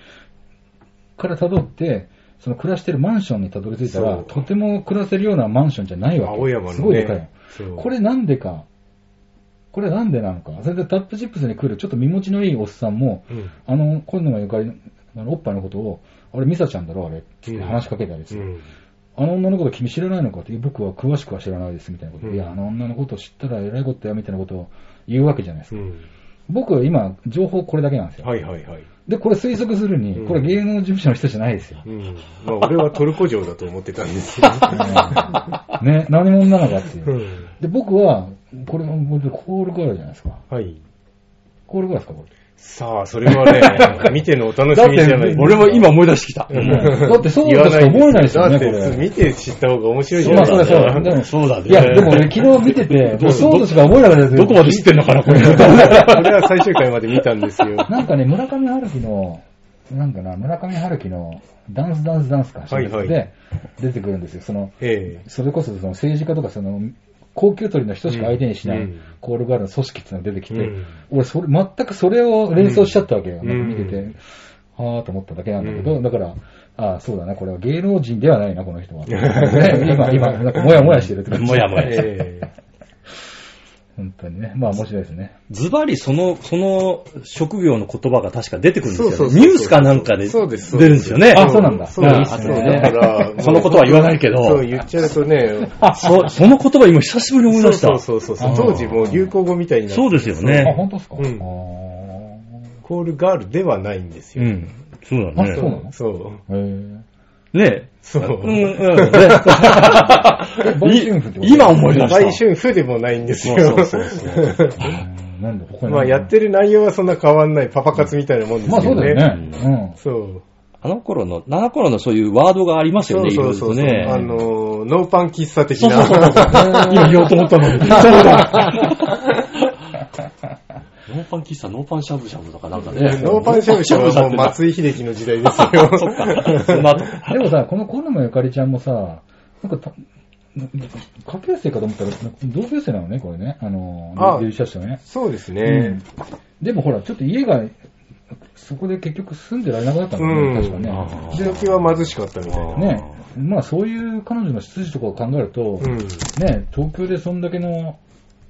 からたどって、その暮らしてるマンションにたどり着いたらそ、うとても暮らせるようなマンションじゃないわけ。青山のねすごいでかいの。そうこれなんでか、これなんでなのか。それでタップチップスに来るちょっと身持ちのいいおっさんも、うんあの、今度のゆかりの、あのおっぱいのことを、あれミサちゃんだろあれって話しかけたりすうる。ん。あの女のこと君知らないのかって、僕は詳しくは知らないですみたいなこと、うんいや、あの女のこと知ったらえらいことやみたいなことを言うわけじゃないですうか。ん。僕は今、情報これだけなんですよ。はいはいはい。で、これ推測するうに、んこれ芸能事務所の人じゃないですよ。うん。まあ俺はトルコ城だと思ってたんですけど。ね、何者なのかっていうう。ん。で、僕は、これ、僕コールガールじゃないですか。はい。コールガールですか、これ。さあ、それはね、見てのお楽だっしみじゃないて、俺も今思い出してきた。だってそうだとしか思えないですよね、こだって、れ。見て知った方が面白いじゃまないあ、それそうだ。でもそうだねいや、でも俺昨日見てて、もうそうとしか思えなかったですよどこまで知ってんのかな、これ。俺は最終回まで見たんですよ。なんかね、村上春樹の、なんかな、村上春樹のダンスダンスダンスか、はいはいで出てくるんですよ。その、ええ。それこそその政治家とか、その、高級取りの人しか相手にしない、うんうんコールガールの組織っていうのが出てきて、うん俺それ、全くそれを連想しちゃったわけよ。うんなんか見てて、はぁと思っただけなんだけど、うんだから、ああ、そうだな、これは芸能人ではないな、この 人は。ね今、今、なんかもやもやしてるって感じ。もやもやしてるええ。本当にね。まあ面白いですね。 ズバリその、その職業の言葉が確か出てくるんですよね。そうそうそうそうニュースかなんかでそうですそう出でするんですよね。あそうなんだそういいでっすすね。ねそうだから、そのことは言わないけどそう、言っちゃうとね、あそその言葉今久しぶりに思いそう出した。そうそうそう。当時もう流行語みたいになってそうですよあ、ね。本当ですか、うんあーコールガールではないんですうよ。ん。そうだあそうなね。のそう。へーねそううん、うん、 ね売春婦ってこと今思い出売し春婦でもないんですよ。 うんなんで他にまあやってる内容はそんな変わんないパパ活みたいなもんですまあそようだね。よね。そう。た。あの頃の、あの頃のそういうワードがありますよそうね、いそろういそろとうそう。ね。あのー、ノーパン喫茶的そうな。そうそうそう。今言おうと思ったの に。そうだ。ノーパン喫茶、ノーパンしゃぶしゃぶとかなんかね。ノーパンシャブシャブはもう松井秀喜の時代ですよ。 そっか。そんな後うん。でもさ、この小沼ゆかりちゃんもさ、なんかた、なな下級生かと思ったら、同級生なのね、これね。あのあ、入社したね。そうですうんね。でもほら、ちょっと家が、そこで結局住んでられなくなったんだうんね、確かね。うちは貧しかったみたいな。ね、まあそういう彼女の出自とかを考えると、うん。ね、東京でそんだけの、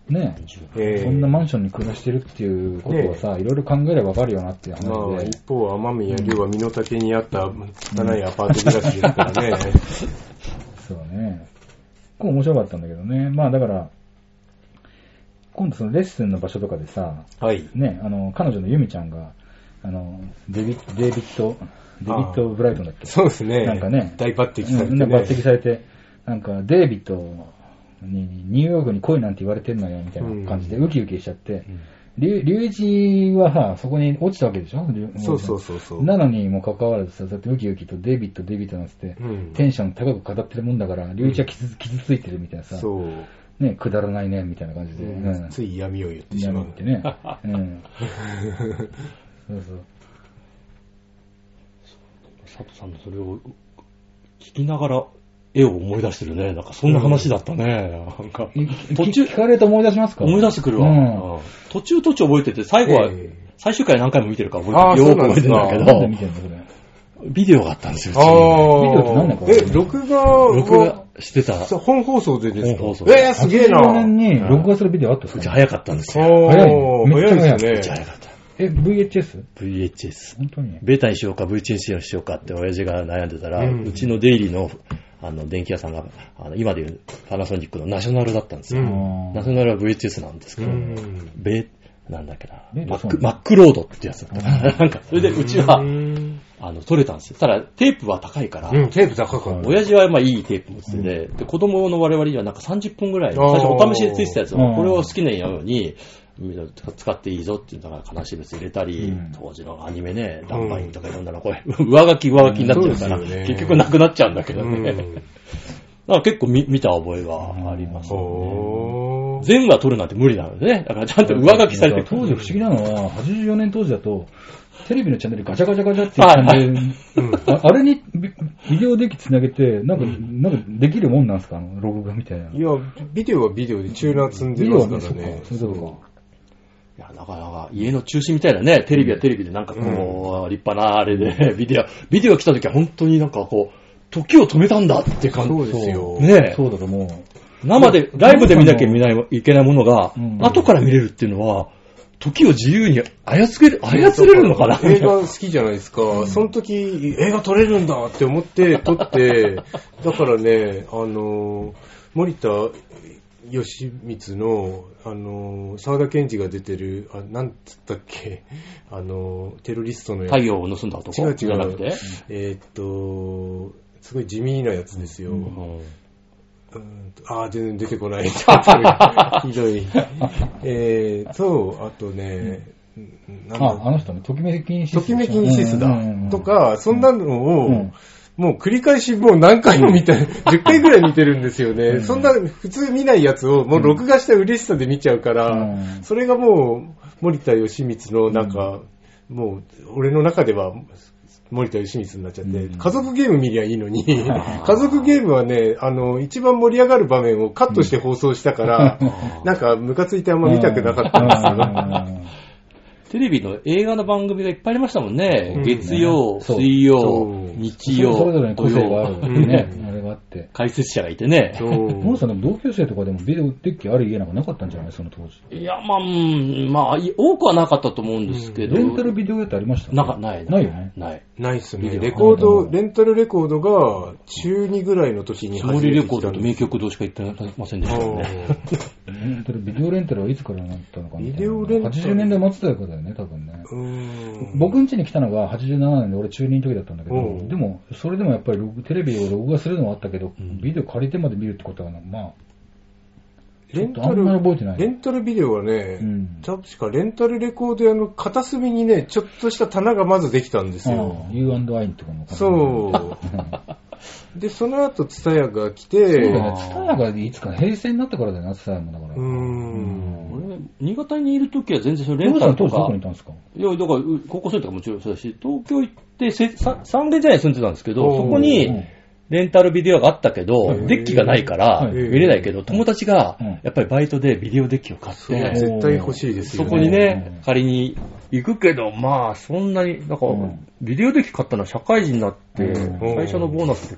ね、ええそんなマンションに暮らしてるっていうことはさ、いろいろ考えればわかるよなっていうまあ、話で一、方、天宮亮は身の丈に合った汚いアパート暮らしですからね。そうね。こう面白かったんだけどね。まあだから、今度そのレッスンの場所とかでさ、はい。ね、あの、彼女のユミちゃんが、あの、デビデイビッド、デビッド・ブライトンだっ けそうですね。なんかね大抜擢されてうんね。抜擢されて、なんか、デイビッドにニューヨークに来いなんて言われてんのよ、みたいな感じで、ウキウキしちゃって、リュリュウイチはさ、そこに落ちたわけでしょリュウそうそうそうそう。なのにもかかわらずさ、だってウキウキとデイビッド、デイビッドなんつって、うんテンション高く語ってるもんだから、リュウイチは傷つ傷ついてるみたいなさ、そう。ね、くだらないね、みたいな感じで。うんつい闇を言ってし嫌まみうっ。てね。 うん。そうそう。佐藤さんのそれを聞きながら絵を思い出してるね。なんかそんな話だったね。なんかい途中聞かれると思い出しますか思い出してくるわ。うんうん途中途中覚えてて、最後はええ最終回何回も見てるからああ覚えてるよく覚えそてうなんでるすんかなだんで見けてんのそれ。ど、ビデオがあったんですよ。ああ。ビデオって何だかえ、録画うちに録は、画してた。そう本放送でですか本放送えー、すげえな。 84年に録画するビデオあったっすうちか早かったんですよ。おー、早いめっちゃ早い早いでうちすね。早かった。え、VHS? VHS。本当にベータにしようか VHS にしようかって親父が悩んでたら、ううんちのデイリーのあの電気屋さんがあの今でいうパナソニックのナショナルだったんですよ。うんナショナルは VHS なんですけど、うんベなんだっけなベ、ーマタそッうク、なのマックロードってやつだったから、なんか、 それでうちは、うんあの、取れたんですよ。ただ、テープは高いから、うん、テープ高かった。親父はまあいいテープ持ってて、で、子供の我々にはなんか30分ぐらあい、ー最初お試しでついてたやつを、うんこれを好きなように、みんな使っていいぞっていうのが悲しい別に入れたり、うん当時のアニメね、ランバインとかいろんなの、これ、上書き上書きになっちゃうから、うんそうですよね結局なくなっちゃうんだけどね。だんから結構見見た覚えがありますね。ほー。全話取るなんて無理なのでね。だからちゃんと上書きされて当時不思議なのは、84年当時だと、テレビのチャンネルガチャガチャガチャっていう感じで、ああれにビビデオデッキつなげて、なんか、なんかできるもんなんですかあの、録画みたいな。いや、ビデオはビデオでチューナー積んでますからね。そうか、そういうことか。いや、なかなか家の中心みたいなね、テレビはテレビでなんかこう、立派なあれで、 ビデオ、ビデオ来た時は本当になんかこう、時を止めたんだって感じ。そうですよ。ねえそうだと思う。生で、ライブで見なきゃ見ないいけないものが、うん後から見れるっていうのは、時を自由に操れる、操れるのかな映画好きじゃないですか。その時、映画撮れるんだって思って撮 って、だからね、あの、森田義満の、あの、沢田健二が出てる、あ、なんつったっけ、あの、テロリストのや太陽を盗んだ男違う違うじゃなくて、えーっと、すごい地味なやつですよ。うんうーんとああ、全然出てこない。 ひどい。えーと、あとね、うんなんだあ、あの人ね、ときめきにシとスきめきにシスだうんうんうん。とか、そんなうのをん、もう繰り返しもう何回も見た、10回 ぐらい見てるんですよね。そんな、普通見ないやつを、もう録画した嬉しさで見ちゃうかうらん、それがもう、森田義満のなんか、もう、俺の中では、森田義満になっちゃって、うん家族ゲーム見りゃいいの に、家族ゲームはね、あの、一番盛り上がる場面をカットして放送したから、なんか、ムカついてあんま見たくなかったんですよ。うんテレビの映画の番組がいっぱいありましたもんね。うん月曜、そう水曜そう、日それぞれ曜、に個土性があ曜、るねう。あれがあって。解説者がいてね。そうモンさんでも同級生とかでもビデオデッキある家なんかなかったんじゃないその当時。いや、まあ、うんまあ、い多くはなかったと思うんですけど。レンタルビデオ屋ってありましたなか、ない。ないよね。ない。ないっすビね。デオレコーうド、んレン タルレコードが中2ぐらいの時にスモーリーレコードたとん名です曲堂しか言ってませんでしたよね。レンタルビデオレンタルはいつからなったのかなビデオレンタル80年代末だからだよね、多分ね。うんうん僕ん家に来たのが87年で俺中2の時だったんだけうど、んでも、それでもやっぱり録テレビを録画するのはあったけど、ビデオ借りてまで見るってことはな、まあ、レンちょタっとあんルまり覚えてないレンタルビデオはね、うん確かレンタルレコード屋の片隅にね、ちょっとした棚がまずできたんですよ。 U&I とかも借りてそう。で、その後、ツタヤが来て、そうだよね。ツタヤがいつか平成になったからだよな、ツタヤもだから。うーん。俺、新潟にいるときは全然それレモンンタさルん当と時どかこにい、たんですかいや、だから、う高校生とかもちろんそうだし、東京行って、せさ三軒茶屋に住んでたんですけど、おーそこに、レンタルビデオがあったけどい、デッキがないから、はい見れないけど、友達がうん、やっぱりバイトでビデオデッキを買っそうて、絶対欲しいですよそね。こにうんね、仮に行くけど、まあ、そんなに、なんかうん、ビデオデッキ買ったのは社会人になって、うん最初のボーナスで、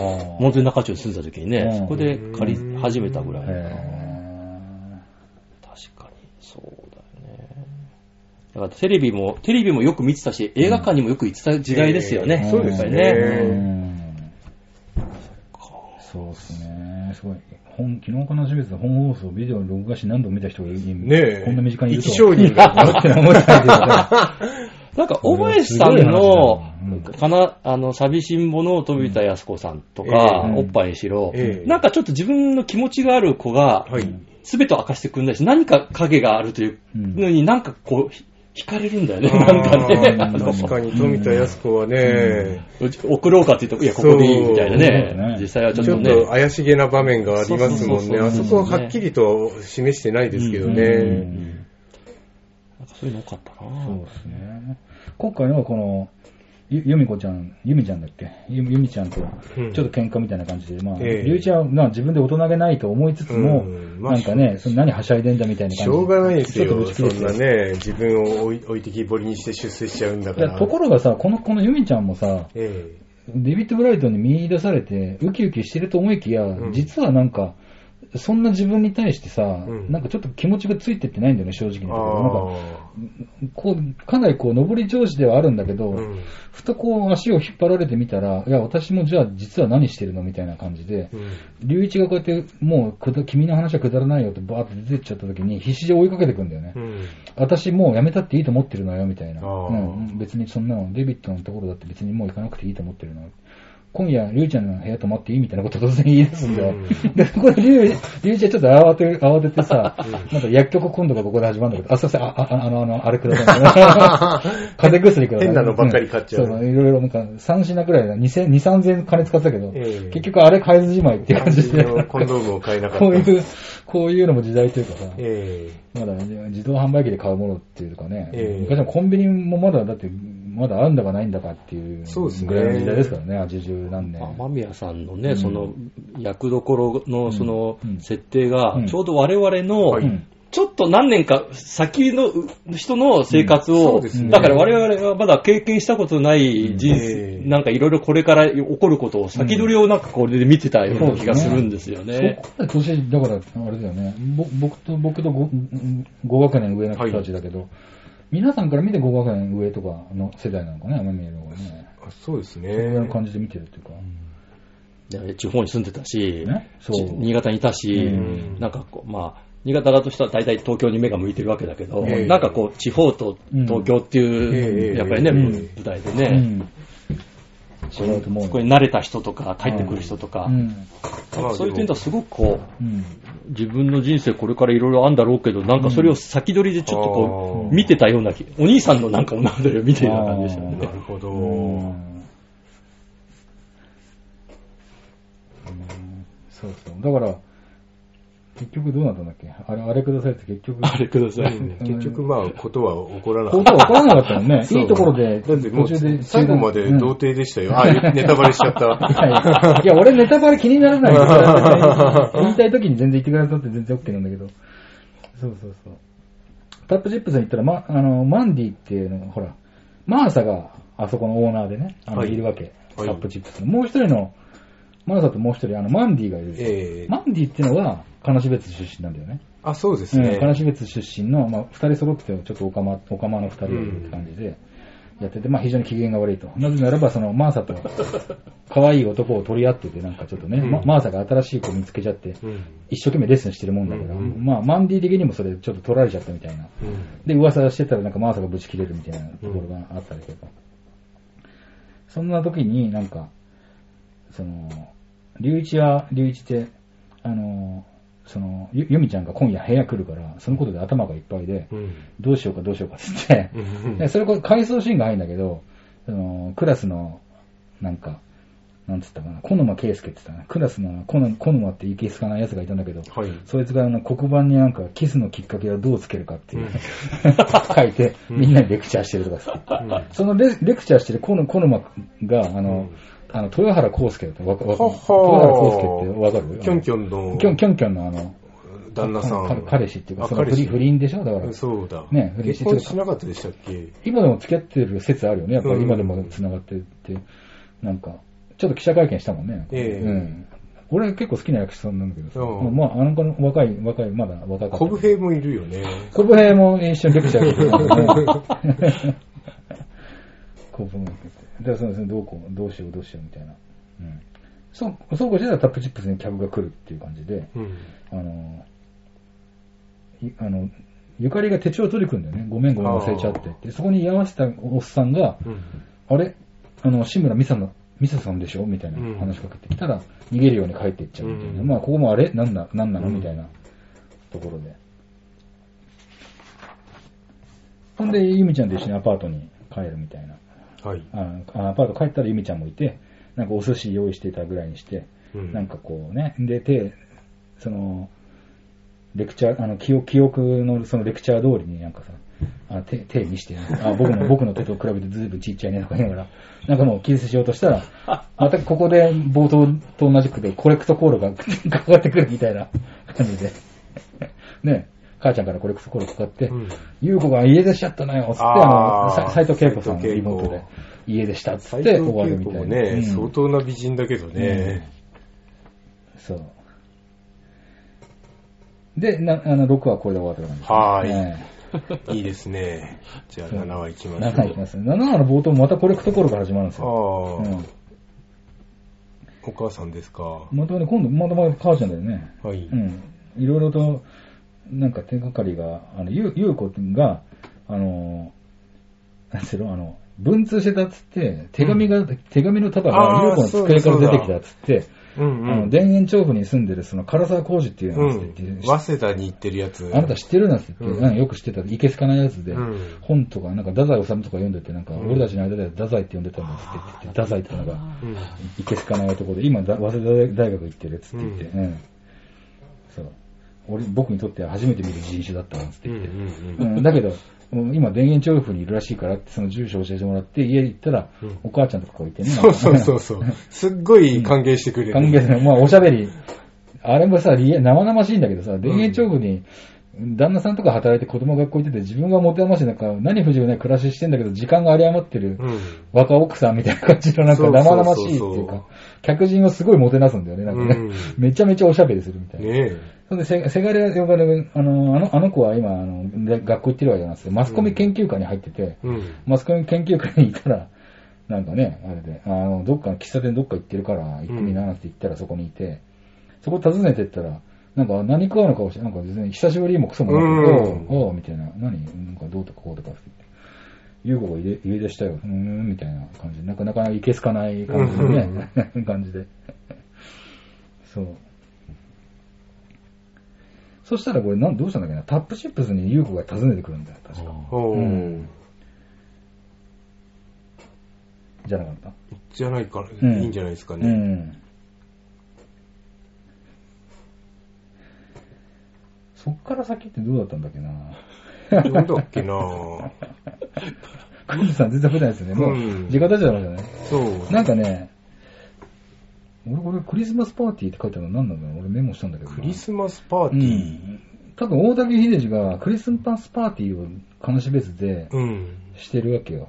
は門前仲町に住んだ時にうねん、そこで借り始めたぐらあい。へ確かに、そうだよね。だからテレビも、テレビもよく見てたし、映画館にもよく行ってた時代ですよね。えそうですねやっぱりーええうんそうですね。すごい。本、昨日かな、10月本放送、ビデオ録画し何度も見た人がいるねえ。こんな身近にいると一商 人が。あって思ったけどなんか、小林さんのうん、かな、あの、寂しんぼの富田康子さんとか、うんおっぱいにしろ、ええなんかちょっと自分の気持ちがある子が、はい。すべてを明かしてくんないし、何か影があるといううんのに、なんかこう、ひ惹かれるんだよね、なんかね。ああーの確かに、富田康子はね、送ろうかって言って、いや、ここでいいみたいなそうねね。実際はちょっちとょっね。と怪しげな場面がありますもんね。そうそうそうそうあそこははっきりと示してないですけどうね。んなんかそういうの多かったなそうですね。今回のこの、ゆゆみこちゃん、ゆみちゃんだっけゆゆみちゃんと、ちょうんっと喧嘩みたいな感じで、まあ、ええゆうちゃんはまあ自分で大人げないと思いつつも、うんまあなんかね、その何はしゃいでんだみたいな感じしょうがないですちょっとよ。ぶちそ切れてんなね、自分を置い置いてきぼりにして出世しちゃうんだかいやら。ところがさ、この、このユミちゃんもさ、えデビッド・ブライトに見出されて、ウキウキしてると思いきや、ん実はなんか、そんな自分に対してさ、んなんかちょっと気持ちがついてってないんだよね、正直なえ。あところ。なんかあ。こう、かなりこう、上り調子ではあるんだけど、うんふとこう、足を引っ張られてみたら、いや、私もじゃあ、実は何してるのみたいな感じで、龍一がこうやって、もうくだ、君の話はくだらないよって、バーって出てっちゃった時に、必死で追いかけてくんだよね。うん。私もうやめたっていいと思ってるのよ、みたいな。あーうんうん、別にそんなの、デビットのところだって別にもう行かなくていいと思ってるのよ。今夜、リュウちゃんの部屋泊まっていいみたいなこと突然言い出すんだよ。 で、そこでリュウ、リュウちゃんちょっと慌て、慌ててさ、なんか薬局今度がここで始まるんだけど、あ、すいません、あ、ああの、あの、あれく ださい、風邪薬ください。変なのばっかり買っちゃうんそう、いろいろなんか3品くらいだ、2000、2、3000金使ってたけど、ええ結局あれ買えずじまいっていう感じで、自分のコンドームを買えなかった。 こういう、こういうのも時代というかさ、ええ。まだね自動販売機で買うものっていうかね、ええ昔はコンビニもまだだって、まだあるんだかないんだかっていうそうですねぐらいの時代ですからね、80何年。雨宮さんのね、その役どころのそのうん設定がうん、ちょうど我々はのいうんちょっと何年か先の人の生活うんそを、うですねだから我々はまだ経験したことない人生、うんなんかいろいろこれから起こることを先取りをなんかこれで見てたような気がするんですよね。そこまで年、だから、あれだよね、ぼ僕と、僕と 5, 学年上の人たちだけど、皆さんから見て5学年上とかの世代なのかね、雨宮の方がね。あそうですね。それぐらいの感じで見てるっていうか。で地方に住んでたし、ねそう新潟にいたし、うんなんかこう、まあ、新潟だとしたら大体東京に目が向いてるわけだけど、ええなんかこう、地方と東京っていう、うんやっぱりね、ええ舞台でね、うん。違うと思うよ。そこに慣れた人とか、帰ってくる人とか、うん。まあそういう点ではすごくこう、うん。自分の人生これからいろいろあるんだろうけど、なんかそれを先取りでちょっとこうう、見てたような気、お兄さんのなんかおなで見てるような感じでしたよあーなね。るほど。うんそうそう。だから、結局どうなったんだっけあれ、あれくださいって結局。あれください。結局まあ、ことは起こらなかこっうたは。分からなかったもんね。 そういいところで、だっても途中でう、最後まで童う貞でしたよ。あ、ネタバレしちゃっんい やいた。やいや、俺ネタバレ気にな らないから。言いたい時に全然言ってくださって全然 OK なんだけど。そうそうそう。タップチップスに行ったら、ま、あの、マンディっていうのが、ほら、マーサがあそこのオーナーでね、あの、はいいるわけ。タはいップチップスの。もう一人の、マーサともう一人、あの、マンディがいる。ええマンディっていうのは、金標別出身なんだよね。あ、そうですうん、ね。金標別出身の、まあ、二人揃って、ちょっとオカマ、オカマの二人って感じで、やってて、まあ、非常に機嫌が悪いと。なぜならば、その、マーサと、可愛い男を取り合ってて、なんかちょっとね、まマーサが新しい子を見つけちゃって、うん一生懸命レッスンしてるもんだから、うんまあ、マンディ的にもそれ、ちょっと取られちゃったみたいな。うんで、噂してたらなんかマーサがぶち切れるみたいなところがあったりとか。そんな時になんか、その、隆一は、隆一って、あの、その、ゆゆみちゃんが今夜部屋来るから、そのことで頭がいっぱいで、うんどうしようかどうしようかっつって、うんでそれこそ回想シーンが入るんだけど、そのクラスの、なんか、なんつったかな、小沼圭介って言ったかな、クラスの小沼小沼っていけすかない奴がいたんだけど、はいそいつがあの黒板になんかキスのきっかけはどうつけるかっていう、書いて、みんなにレクチャーしてるとかさ、そのレレクチャーしてる小沼小沼が、あの、あの、豊原康介だった。わかわかはる。は豊原康介ってわかるキョンキョョンのキョン、キョンキョンのあの、旦那さあのん。彼氏っていうか、あその不倫彼氏不倫でしょだから、そうだ。ね不倫結して婚しなかったでしたっけ今でも付き合ってる説あるよね。やっぱうりん今でも繋がってって、なんか、ちょっと記者会見したもんね。ええうん。俺結構好きな役者さんなんだけどさ、うんまあ、あの子の若い、若い、まだ若かった。コブヘイもいるよね。コブヘイも一緒にレクチャー受けてたけどねコブも受けて。だからそうですね、どうこう、どうしよう、どうしようみたいな。うん。そう、そうこうしてたらタップチップスに客が来るっていう感じで、うん。あの、いあの、ゆかりが手帳を取り組んだよね。ごめんごめん忘れちゃってって。そこに居合わせたおっさんが、うん。あれあの、志村美沙の、美沙さんでしょみたいなうん話しかけてきたら、逃げるように帰っていっちゃうみたいな。うんまあ、ここもあれなんだ、なんなのうんみたいなところで。ほんで、ゆみちゃんと一緒にアパートに帰るみたいな。はい。ああアパート帰ったらゆみちゃんもいて、なんかお寿司用意してたぐらいにして、うんなんかこうね、で、手、その、レクチャー、あの、記憶記憶のそのレクチャー通りになんかさ、あ手、手見して、あ僕の、 僕の手と比べてずいぶんちっちゃいねとか言いながら、なんかもう気絶しよう としたら、またここで冒頭と同じくでコレクトコールが かかってくるみたいな感じで、 ね、母ちゃんからコレクトコールかかって、うん優子が家出しちゃったのよ、つって、ああーの、斎藤恵子さんのリモート斉藤で恵子、家出したっつっ斎て藤終わる恵み子たもいな。ね、うん相当な美人だけどね。そう。で、なあの6話これで終わった感じ。はーいねいいですね。じゃあ、7話いきえま7しょ話いきます。7話の冒頭もまたコレクトコールから始まるんですよ。う。うああ、んお母さんですか。またね、今度、またまた母ちゃんだよね。はい。うん。いろいろと、なんか手がかりが、あの、ゆう、ゆうこが、あの、なんしろ、あの、文通してたっつって、手紙が、手紙の束あがーゆうこの机から出てきたっつって、うんあうの、ん。田園調布に住んでるその唐沢浩二っていうのうがん。早稲田に行ってるやつ。あなた知ってるなんて言って、うんうんよく知ってた、いけすかないやつで、うん本とか、なんか、太宰治とか読んでて、なんか、ん俺たちの間では太宰って呼んでたんですって言って、太宰ってのが、うんいけすかない男で、今、だ早稲田大学行ってるっつって言って、ううん。そう。俺、僕にとっては初めて見る人種だったなんつってうんう言って、うんん、だけど、うん今、田園調布にいるらしいからって、その住所教えてもらって、家行ったら、うんお母ちゃんとかがいてうん。ね。そうそうそうそう。すっごい歓迎してくれる。歓迎する。まあ、おしゃべり。あれもさ、リア生々しいんだけどさ、田園調布に、旦那さんとか働いて子供学校行ってて、自分が持て余して、なんか、何不自由ない暮らししてんだけど、時間が有り余ってるうん。若奥さんみたいな感じの、なんかそうそう生そう々しいっていうか、客人をすごいもてなすんだよね、なんかね。うんめちゃめちゃおしゃべりするみたいな。ねそれでせ、せがれ呼ばれる、あの、あの、あの子は今、あの、で学校行ってるわけじゃなくて、マスコミ研究会に入ってて、え。うん。マスコミ研究会にいたら、なんかね、あれで、あの、どっかの喫茶店どっか行ってるから、行ってみなって言ったらそこにいて、そこ訪ねてったら、なんか何食わぬ顔して、なんか全然久しぶりもクソもなうくんおうおうみたいな、何なんかどうとかこうとかって言って。ゆうこが家出したよ。うーん、みたいな感じで。なんかなかなかいけすかない感じのね、 感じで。そう。そしたらこれ、なん、どうしたんだっけな。タップシップスにゆうこが訪ねてくるんだよ、確か。おうーんじゃなかったじゃないかうら、んいいんじゃないですかうね。ん。そっから先ってどうだったんだっけなどうだっ けなぁ。クリスさん全然触れないですよね。もううん、自家出ちゃいましたね。そう。なんかね、俺これクリスマスパーティーって書いてあるの何なんだろう俺メモしたんだけどな。クリスマスパーテうィー。ん。多分大竹秀治がクリスマスパーティーを金し別でうん。してるわけよ。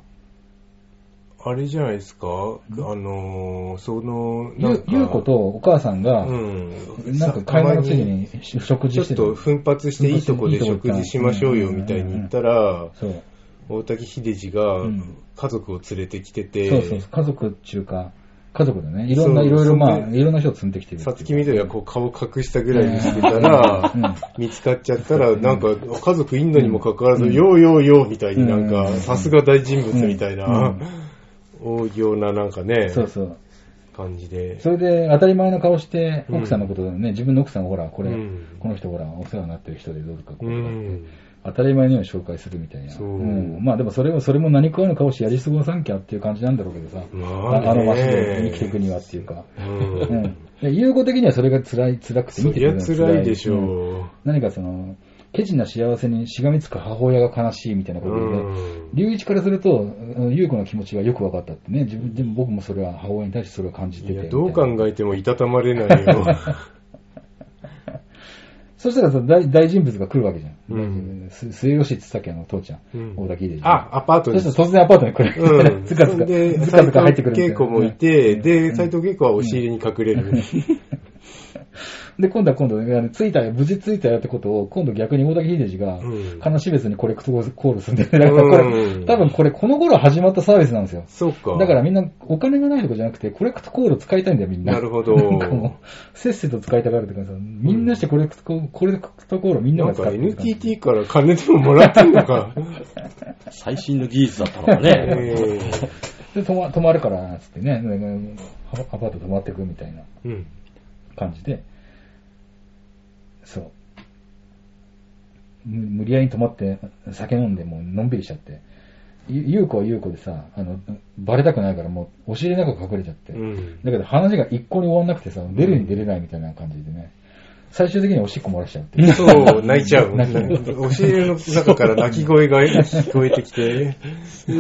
あれじゃないですか、あのー、その、なゆんうか、ゆう子とお母さんが、うん、なんか会話の次に食ち事ょしってとる。奮発していいとこで食事しましょうよみたいに言ったら、そう。大竹秀治がうん家族を連れてきてて、そうそうそう、家族っていうか、家族だね。いろんな、そういろいろまそあ、んいろんな人を積んできてる。さつきみどりはこう顔隠したぐらいにしてたら、うん見つかっちゃったら、なんか家族いんのにもかかわらず、ようようようみたいになんか、うんさすが大人物みたいな、うん大行ななんかね、そうそう。感じで。それで、当たり前の顔して、うん奥さんのことだね、自分の奥さんがほら、これ、うんこの人ほら、お世話になってる人でどうとかこううとか、ん当たり前のように紹介するみたいな。、そうんまあでもそれも、それも何食わぬ顔してやり過ごさんきゃっていう感じなんだろうけどさ、まあねあの街で生きていくにはっていう か。うんうん。で、融合的にはそれが辛い、辛くてそ見てりるゃのが辛いでしょうんう。何かその、ケチな幸せにしがみつく母親が悲しいみたいなことで、うん龍一からすると、うん優子の気持ちがよく分かったってね、自分でも僕もそれは母親に対してそれを感じてていや、みたいどなう考えてもいたたまれないよ。そしたらさ大、大人物が来るわけじゃん。うんす末吉って言ったっけ、あの父ちゃん、うん大滝秀治。あ、アパートそでしたすら。突然アパートに来る。う ん。ずかずか、でずかずか入ってくるみた斉藤いな恵子もいて、で、斎藤恵子は押し入れに隠れる。で、今度は今度、ね、あの着いたよ、無事着いたよってことを、今度逆に大竹秀治がうん、悲し別にコレクトコールするんだよね。だからこうんれ、 多分これ、この頃始まったサービスなんですよ。そうか。だからみんな、お金がないとかじゃなくて、コレクトコール使いたいんだよ、みんな。なるほどなんかもう、せっせと使いたがるって感じだみんなしてコレクトコール、コレクトコールをみんなながん使かってる感じ。 NTT から金でももらってんのか。最新の技術だったのかえ ね。ーで、泊ま泊まるから、つってね、なんかアパート泊まってくみたいなうん。感じで、そう。む無理やりに泊まって、酒飲んで、もうのんびりしちゃって。ゆゆう子はゆう子でさ、あの、バレたくないからもう、お尻の中隠れちゃって。うん。だけど話が一向に終わんなくてさ、出るに出れないみたいな感じでね、最終的におしっこ漏らしちゃうっていう。そう、泣いちゃう。泣いちゃう押し入れの中から泣き声が聞こえてきて。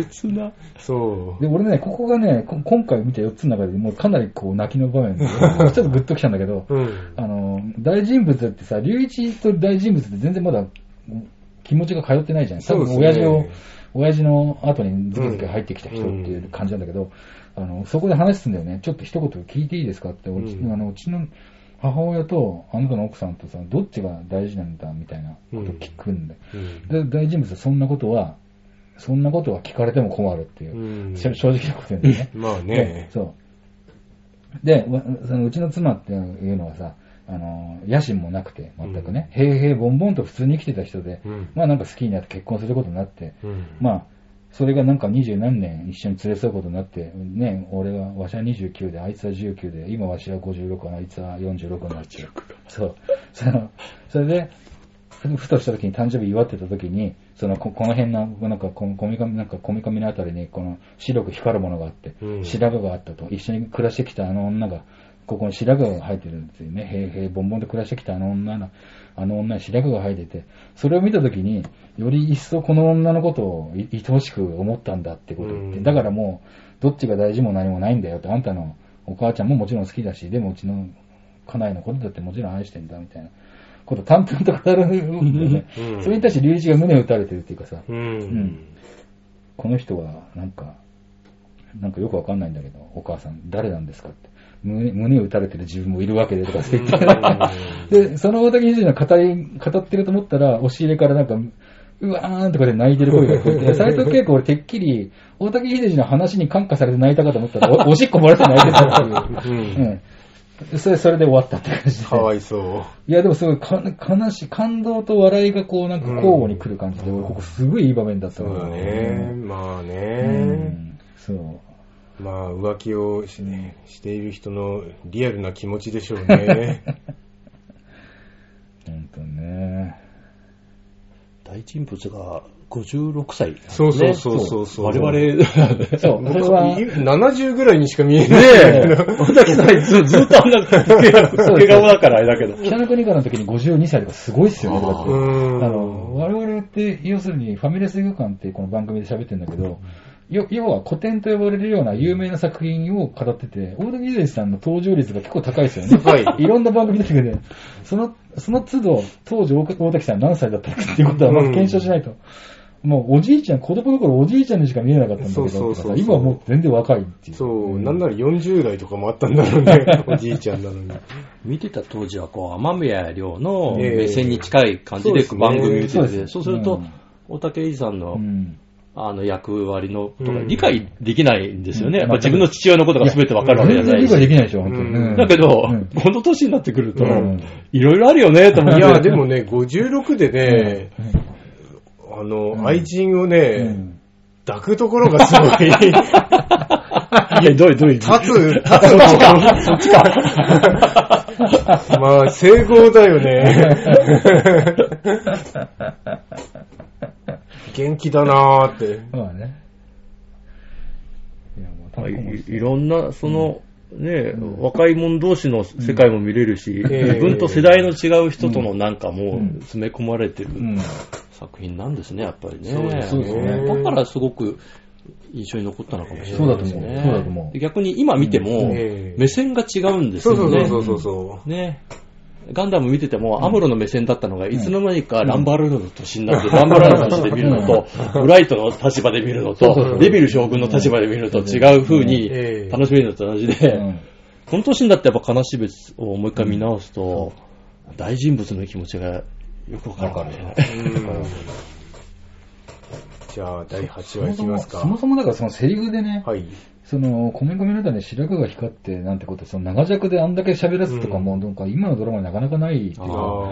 切な。そうで、。俺ね、ここがね、こ今回見た4つの中でもうかなりこう泣きの場面で、ちょっとグッときたんだけど、うん。あの、大人物ってさ、龍一と大人物って全然まだ気持ちが通ってないじゃん。多そうで分親す父ねを、親父の後にズケズケ入ってきた人っていう感じなんだけど、あの、そこで話すんだよね。ちょっと一言聞いていいですかって、うちうんあのうちの母親とあなたの奥さんとさ、どっちが大事なんだみたいなこと聞くんだよ。うんで大人物はそんなことは、そんなことは聞かれても困るっていうう、ん。しょ正直なこと言うんだよね。まあでね。そう。で、わそのうちの妻っていうのはさ、あの、野心もなくて、全くね、平々ボンボンと普通に生きてた人で、うんまあなんか好きになって結婚することになって、うんまあ、それがなんか二十何年一緒に連れ添うことになって、ね、俺は、わしは29で、あいつは19で、今わしは56かな、あいつは46になって。そう。その、それで、ふとした時に誕生日祝ってた時に、そのここの辺の、なんかここみかみ、なんかこみかみのあたりに、この白く光るものがあって、うん白髪があったと、一緒に暮らしてきたあの女が、ここに白髪が生えてるんですよね。へいへい、ボンボンで暮らしてきたあの女の、あの女に白髪が生えてて、それを見た時に、より一層この女のことをい愛おしく思ったんだってことを言って、うんだからもう、どっちが大事も何もないんだよって、あんたのお母ちゃんももちろん好きだし、でもうちの家内のことだってもちろん愛してんだ、みたいなことを淡々と語るんだよね。 うんそれに対して龍一が胸を打たれてるっていうかさ、ううんん。この人は、なんか、なんかよくわかんないんだけど、お母さん、誰なんですかって。胸胸を打たれてる自分もいるわけでとかって言って、 で、その大竹秀治の語り、語ってると思ったら、押し入れからなんか、うわーんとかで泣いてる声が聞こ えて、斎藤恵子俺てっきり、大竹秀治の話に感化されて泣いたかと思ったら、おおしっこ漏らして泣いてたってう いん。う。うん。それ、それで終わったって感じで。かわいそう。いや、でもすごいか悲しい、感動と笑いがこう、なんか交互に来る感じで、俺ここすごいいい場面だったそうだわね。。まあうね。ん。そう。まあ、浮気をし,、している人のリアルな気持ちでしょうね。ほんとね。 大人物が56歳、そうそうそうそうそう。我々、 そう、これは、 70ぐらいにしか見えない。ねえ、尾崎さんずずっとあんな、 毛顔だからあれだけど。北の国からの時に52歳とかすごいっすよね、だってう。ん。あの、我々って、要するにファミレス映画館ってこの番組で喋ってるんだけど、よ要は古典と呼ばれるような有名な作品を語ってて、大竹秀治さんの登場率が結構 高いですよね。高いろんな番組出てくるんで、その、その都度、当時大竹さん何歳だったかっていうことはまず検証しないと。もうおじいちゃん、子供の頃おじいちゃんにしか見えなかったんだけどとかさ、そうそうそうそう今はもう全然若いっていう。そう、なんなら40代とかもあったんだろう ね。おじいちゃんなのに。見てた当時は、こう、雨宮亮のええ目線に近い感じそうでですね番組見てそうですて、そうするとうん、大竹英二さんのう、んあの、役割の、とかうん理解できないんですよね。うんまあ自分の父親のことが全てわかるわけじゃ全然な理解でいし。きないでしょ、本当に。うんだけど、うんこの年になってくるとうん、いろいろあるよね、と思っいて。や、でもね、56でね、あの、ん愛人をうね、ん抱くところがすごい。立え、どういう、どういう。つ、立つの。そっちか。まあ、整合だよね。元気だなーって。まあね。いや、もう、まあいいろんな、その、ね、若い者同士の世界も見れるし、え自分と世代の違う人とのなんかも詰め込まれてる作品なんですね、やっぱりね。そうですね。だからすごく印象に残ったのかもしれないですね。そうだと思うそうだと思うで逆に今見ても、ええ目線が違うんですそようね。そうそうそうそね。ガンダム見てても、アムロの目線だったのが、いつの間にかランバルールの年になって、ランバルールの年で見るのと、ブライトの立場で見るのと、デビル将軍の立場で見るのと違う風うんえにえ。楽しめるのと同じで、この年になってやっぱ悲しべをもう一回見直すと、大人物の気持ちがよくわかるかもしれないううんじゃあ、第8話いきそまもすそか。もそもそもだからそのセリフでね、はい。その、コメコメの中で白髪が光ってなんてこと、その長尺であんだけ喋らすとかも、なんか今のドラマになかなかないっていうあか、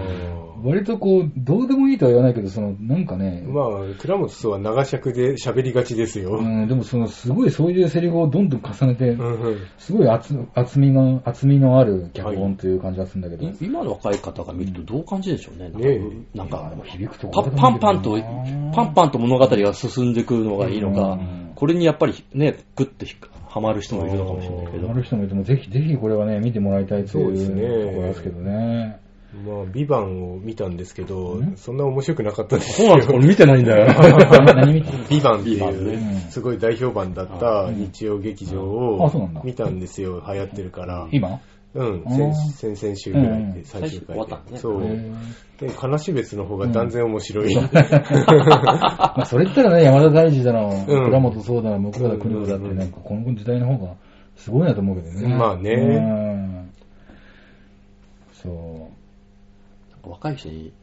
割とこう、どうでもいいとは言わないけど、その、なんかねー、まあ、倉本さんは長尺で喋りがちですよ。うん、でもその、すごいそういうセリフをどんどん重ねてう、んうんすごい厚厚みの、厚みのある脚本という感じがするんだけど、い今の若い方が見るとどう感じでしょうね。ねなんか、なんか響くとこパろパンパンとだけどな、パンパンと物語が進んでくるのがいいのかうん、これにやっぱりね、グッとひはまる人もいるのかもしれないけどあ、る人もいても、ぜひ、ぜひこれはね、見てもらいたいとそうですねいうところですけどね。 まあ、ビバンを見たんですけど、そんな面白くなかったんですそうなんです、これ見てないんだよ。何見てビバンっていビバンうね、すごい大評判だった日曜劇場あそうなをんだ見たんですよ、流行ってるから。今うん、あー先先々週ぐらいで、うん最終回最終終わったで。ねそうへー。で、悲し別の方が断然面白い。まあ、それ言ったらね、山田大二だの、うん倉本壮だの、向田邦子だって、なんか、この時代の方がすごいなと思うけどね。まあねうん。そ 若い人に、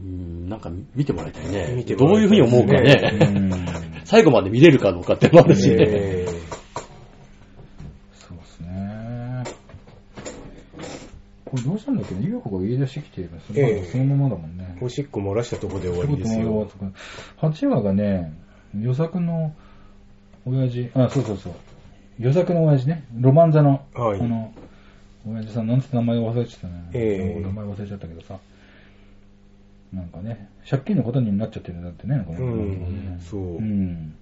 うんなんか見てもらいたいね。見てどもうらいいうふたういにですね思うかう。うね。ん。最後まで見れるかどうかってもあるしね。えそうですね。これどうしたんだっけど、優子が言い出してきてるそええのそのままだもんねー。おしっこ漏らしたとこで終わ仕り事ですのよ。とか。8話がね、予作の親父、あ、そうそうそう。予作の親父ね。ロマンザの、はいあの、親父さん、なんて名前忘れちゃったね。ええ名前忘れちゃったけどさ。なんかね、借金のことになっちゃってるんだってね、これ。うん、そう。うん。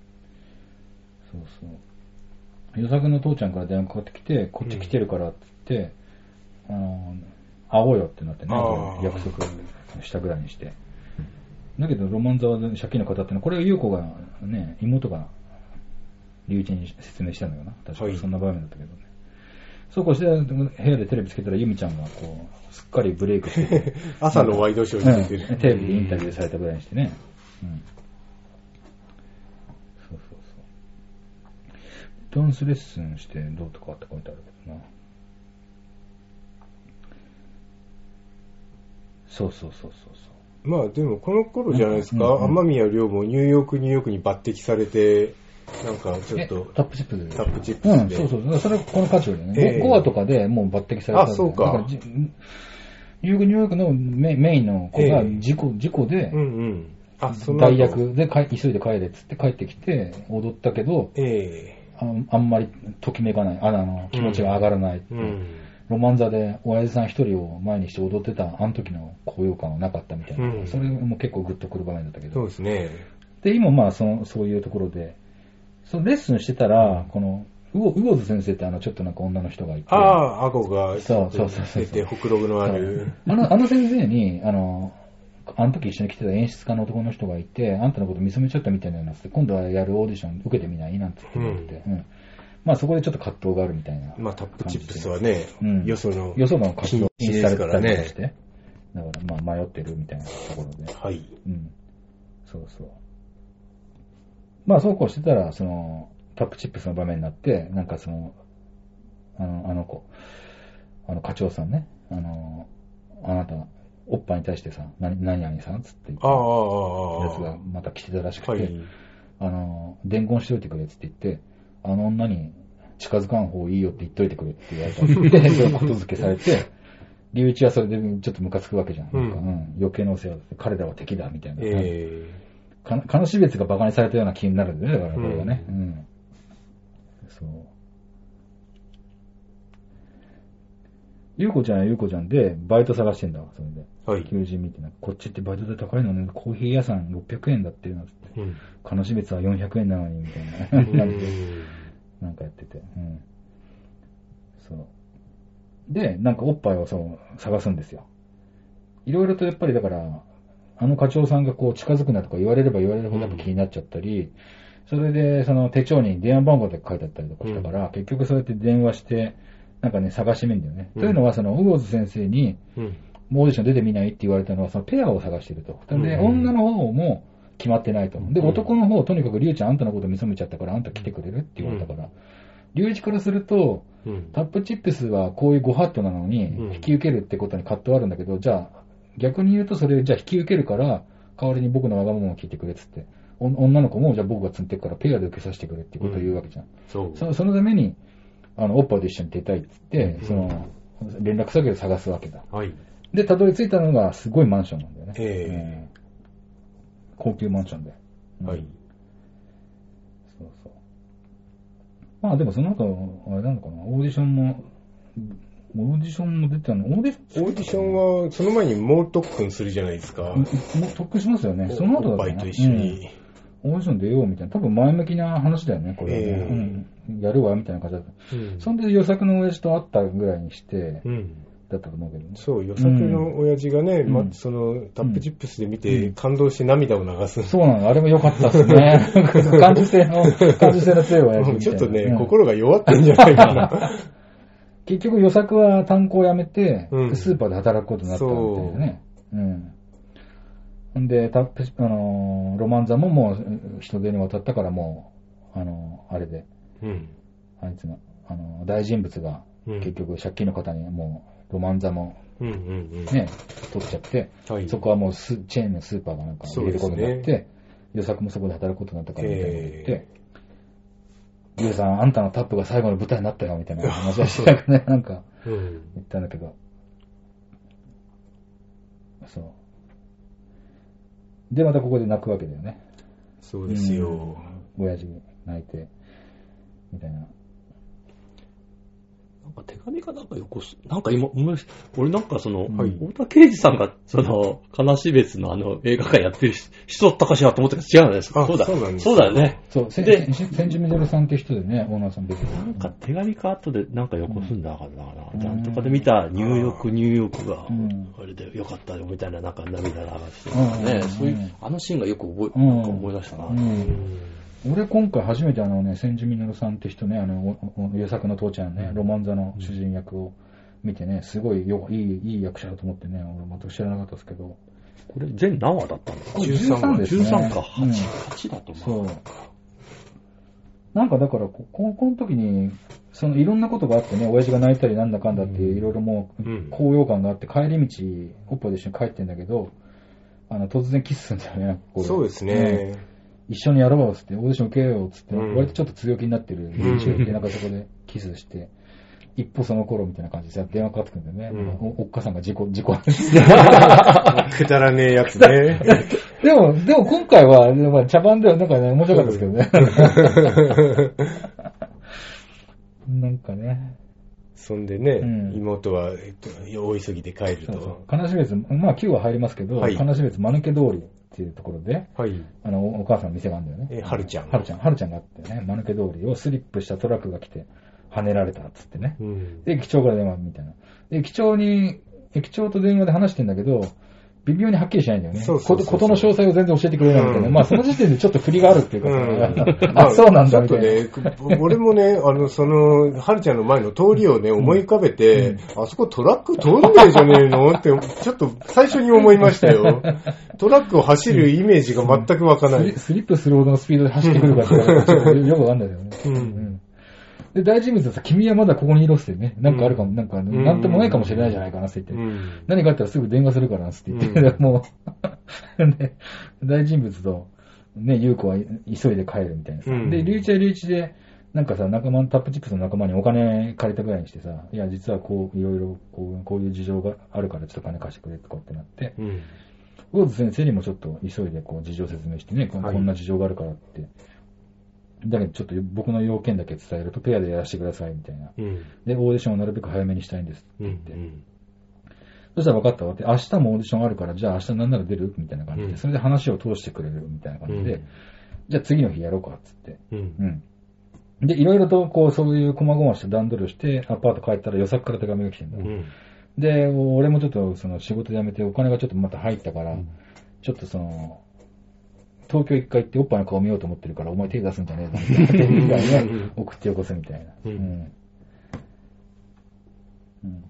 そうそう。与作の父ちゃんから電話かかってきて、こっち来てるからって言って、あの、会おうよってなってね、あー約束したぐらいにして。だけど、ロマンザは借金の方ってのは、これは優子がね、妹が、龍一に説明したんだよな。確かはいにそんな場面だったけどね。そうこうして、部屋でテレビつけたら、由美ちゃんがこう、すっかりブレイクしてて、朝のワイドショーに出てうんる。テレビでインタビューされたぐらいにしてね。うん。そうそうそう。ダンスレッスンしてどうとかって書いてあるけどな。そうそうそうそうそまあでもこの頃じゃないですか、うんうんうん天宮亮もニューヨークニューヨークに抜擢されて、なんかちう。ょっえとタップチップで。タップチップうん、スで。そうそう。だからそれはこの価値よりね。ええ5話とかでもう抜擢されたんだよあそうかだらじニューヨーク、ニューヨークのメメインの子がええ事故、事故でうん、うん。あ、その後代。役で帰急いで帰れっつって帰ってきて踊ったけど、えああんまりときめかない、あのあの気持ちが上がらない、えうん。ロマン座で親父さん一人を前にして踊ってた、あの時の高揚感はなかったみたいな、うんそれも結構グッとくる場面だったけそうど、ですね。で今、まあその、そういうところで、そのレッスンしてたら、この魚魚津先生ってあのちょっとなんか女の人がいて、ああ、顎がそうそうそうそう出て、ほくろのある。あのあの先生に、あの、あの時一緒に来てた演出家の男の人がいて、あんたのこと見初めちゃったみたいなのって、今度はやるオーディション受けてみないなんて言ってくれて、うんまあそこでちょっと葛藤があるみたいな。まあタップチップスはね、うんよその。よその活動禁止禁止でさすれかてらたねりとかして、だからまあ迷ってるみたいなところで、はい。うん、そうそう。まあそうこうしてたら、その、タップチップスの場面になって、なんかその、あの、あの子、あの課長さんね、あの、あなた、おっぱいに対してさ、何何々さんっつって言っああ、ああ、たやつあがまた来てたらしくあ。て、はい。あの、伝言しといてくれって言って、あの女に近づかん方がいいよって言っといてくれって 言われたんで。で、それをことづけされて、龍一はそれでちょっとムカつくわけじゃん。なんかううんん余計なお世話だって彼らは敵だみたいな。ええかかのし別が馬鹿にされたような気になるんだよね、だからこれはね。ううんん。そう。ゆうこちゃんはゆうこちゃんで、バイト探してんだわ、それで。はい。求人見てなんかこっちってバイトで高いのね、コーヒー屋さん600円だっていうのって。うん。彼女別は400円なのにみたいななんてなんかやってて、うん、その、で、なんかおっぱいをその探すんですよ。いろいろとやっぱりだから、あの課長さんがこう近づくなとか言われれば言われるほどやっぱ気になっちゃったり、それでその手帳に電話番号とか書いてあったりとかしたから、結局そうやって電話して、なんかね、探してみるんだよね。うんというのは、その、ウオズ先生に、うん。もうオーディション出てみないって言われたのは、そのペアを探してると。で、うん女の方も決まってないと。で、うん男の方、とにかくリュウちゃんあんたのこと見初めちゃったから、あんた来てくれるって言われたから。リュウイチからすると、うん。タップチップスはこういうご法度なのにうん、引き受けるってことに葛藤はあるんだけど、じゃあ、逆に言うとそれ、じゃあ引き受けるから、代わりに僕のわがままを聞いてくれっつって。お女の子も、じゃあ僕が積んでっからペアで受けさせてくれってことを言うわけじゃん。そう。そそのために、あの、オッパーと一緒に出たいっつって、その、連絡先を探すわけだ。はい。で、たどり着いたのが、すごいマンションなんだよね。ええうん高級マンションで。うんはい。そうそう。まあでもその後、あれなのかな、オーディションも、オーディションも出てたの、オーディオーディションは、その前に猛特訓するじゃないですか。ションも特訓しますよね。そのおっ後だっぱたかいなと一緒に。うんオーディション出ようみたいな、多分前向きな話だよね、これはね、ええうん。やるわ、みたいな感じだった。うんそんで、予作の親父と会ったぐらいにして、うん。だったと思うけどね。そう、予作の親父がね、んま、その、タップチップスで見て、うん感動して涙を流す。そうなの、あれも良かったです ね。感受性の、感受性の強い親父もうみ ちたょいっな。とね、うん心が弱ってんじゃないか な。結局予作は炭鉱を辞めて、うんスーパーで働くことになったんだよね。うん。ほんで、タップ、あのーロマンザももう人手に渡ったからもう、あのーあれで、うん。あいつの、あのー大人物が、うん結局借金の方にもう、ロマンザもうんうんね、取っちゃって、うん。はい。そこはもうスチェーンのスーパーがなんか入れることになっそうて、予作もそこで働くことになったからみたいなこと言っえて、ゆうさん、あんたのタップが最後の舞台になったよみたいな話はしてたくね、 なんかうん。言ったんだけど、そう。で、またここで泣くわけだよね。そうですよ。親父に泣いて、みたいな。なんか手紙かなんかよこす、なんか今、思い出し俺なんかその、はい太田圭司さんが、その、悲し別のあの映画館やってる人人だったかしらと思ったけど違うんですかあそうだ。そうなんですそうだよね。そう、せでんせん千住みどるさんっていう人でね、オーナーさん出てなんか手紙か後でなんかよこすんだからな、うんなんとかで見たニューヨーク、ニューヨークがうん、あれでよかったよみたいな、なんか涙流してうねん、、そういううんあのシーンがよく覚え、うんなんか思い出したな。うん、俺今回初めてあのね、千住みのるさんって人ね、あの、おお優作の父ちゃんね、ロマンザの主人役を見てね、すごいよいい、いい役者だと思ってね、俺全く知らなかったですけど。これ全何話だったんですか13ですね。 ?13 か。うん 8, 8だと思う。そう。なんかだから、こ高校の時に、そのいろんなことがあってね、親父が泣いたりなんだかんだって、いろいろもううん、高揚感があって、帰り道、オッパで一緒に帰ってんだけど、あの、突然キスするんだよね、こそうですうんね。一緒にやろうっつって、オーディション受けようっつって、うん割とちょっと強気になってるん連中で、なんかそこで キスして、一歩その頃みたいな感じでさ、電話かかってくるんだよね。うんおおっかさんが事故、事故。くだらねえやつね。 でも、でも今回は、まあ茶番ではなんかね、面白かったですけどね。 なんかね、そんでね、うん妹は、えっと、大急ぎで帰るそうそと。う。悲しみ別、まあ9は入りますけど、はい悲しみ別、間抜け通りっていうところで、はい。あの、おお母さんの店があるんだよね。え、はるちゃん。はるちゃん、はるちゃんがあってね、間抜け通りをスリップしたトラックが来て、跳ねられたっつってね。うん。で、駅長から電話みたいな。で、駅長に、駅長と電話で話してんだけど、微妙にはっきりしないんだよね。そうそうそうそうことことの詳細を全然教えてくれないみたいな。うんまあ、その時点でちょっと振りがあるっていうか、うんあ、そうなんちだょっみたといな。ね、俺もね、あの、その、はるちゃんの前の通りをね、思い浮かべて、あそこトラック通んねえじゃねえのって、ちょっと最初に思いましたよ。トラックを走るイメージが全く湧かなスリい。スリップするほどのスピードで走ってくるかとか、ちょっとよくわかんないけどね。うんんで、大人物はさ、君はまだここにいろっすよね。なんかあるかも、なんか、んなんともないかもしれないじゃないかなって言って。うん。何かあったらすぐ電話するからなつって言って、う もう、 ね、大人物と、ね、優子は急いで帰るみたいなさ。うんで、隆一は隆一で、なんかさ、仲間、タップチップスの仲間にお金借りたぐらいにしてさ、いや、実はこう、いろいろ、こう、こういう事情があるからちょっと金貸してくれとかってなって、うん。ウォーズ先生にもちょっと急いでこう事情説明してね、こんはいこんな事情があるからって。だけどちょっと僕の要件だけ伝えるとペアでやらせてくださいみたいな。うん。で、オーディションをなるべく早めにしたいんです。うん。そしたら分かったわって、明日もオーディションあるから、じゃあ明日なんなら出るみたいな感じで、うんそれで話を通してくれるみたいな感じで、うんじゃあ次の日やろうかっつって、うん。うん。で、いろいろと、こう、そういう細々した段取りをして、アパート帰ったら予作から手紙が来てんだ。うん。で、俺もちょっと、その、仕事辞めて、お金がちょっとまた入ったから、ちょっとその、東京一回行っておっぱいの顔見ようと思ってるから、お前手出すんじゃねえぞ。手みたいな、送ってよこせみたいな。うんうんうん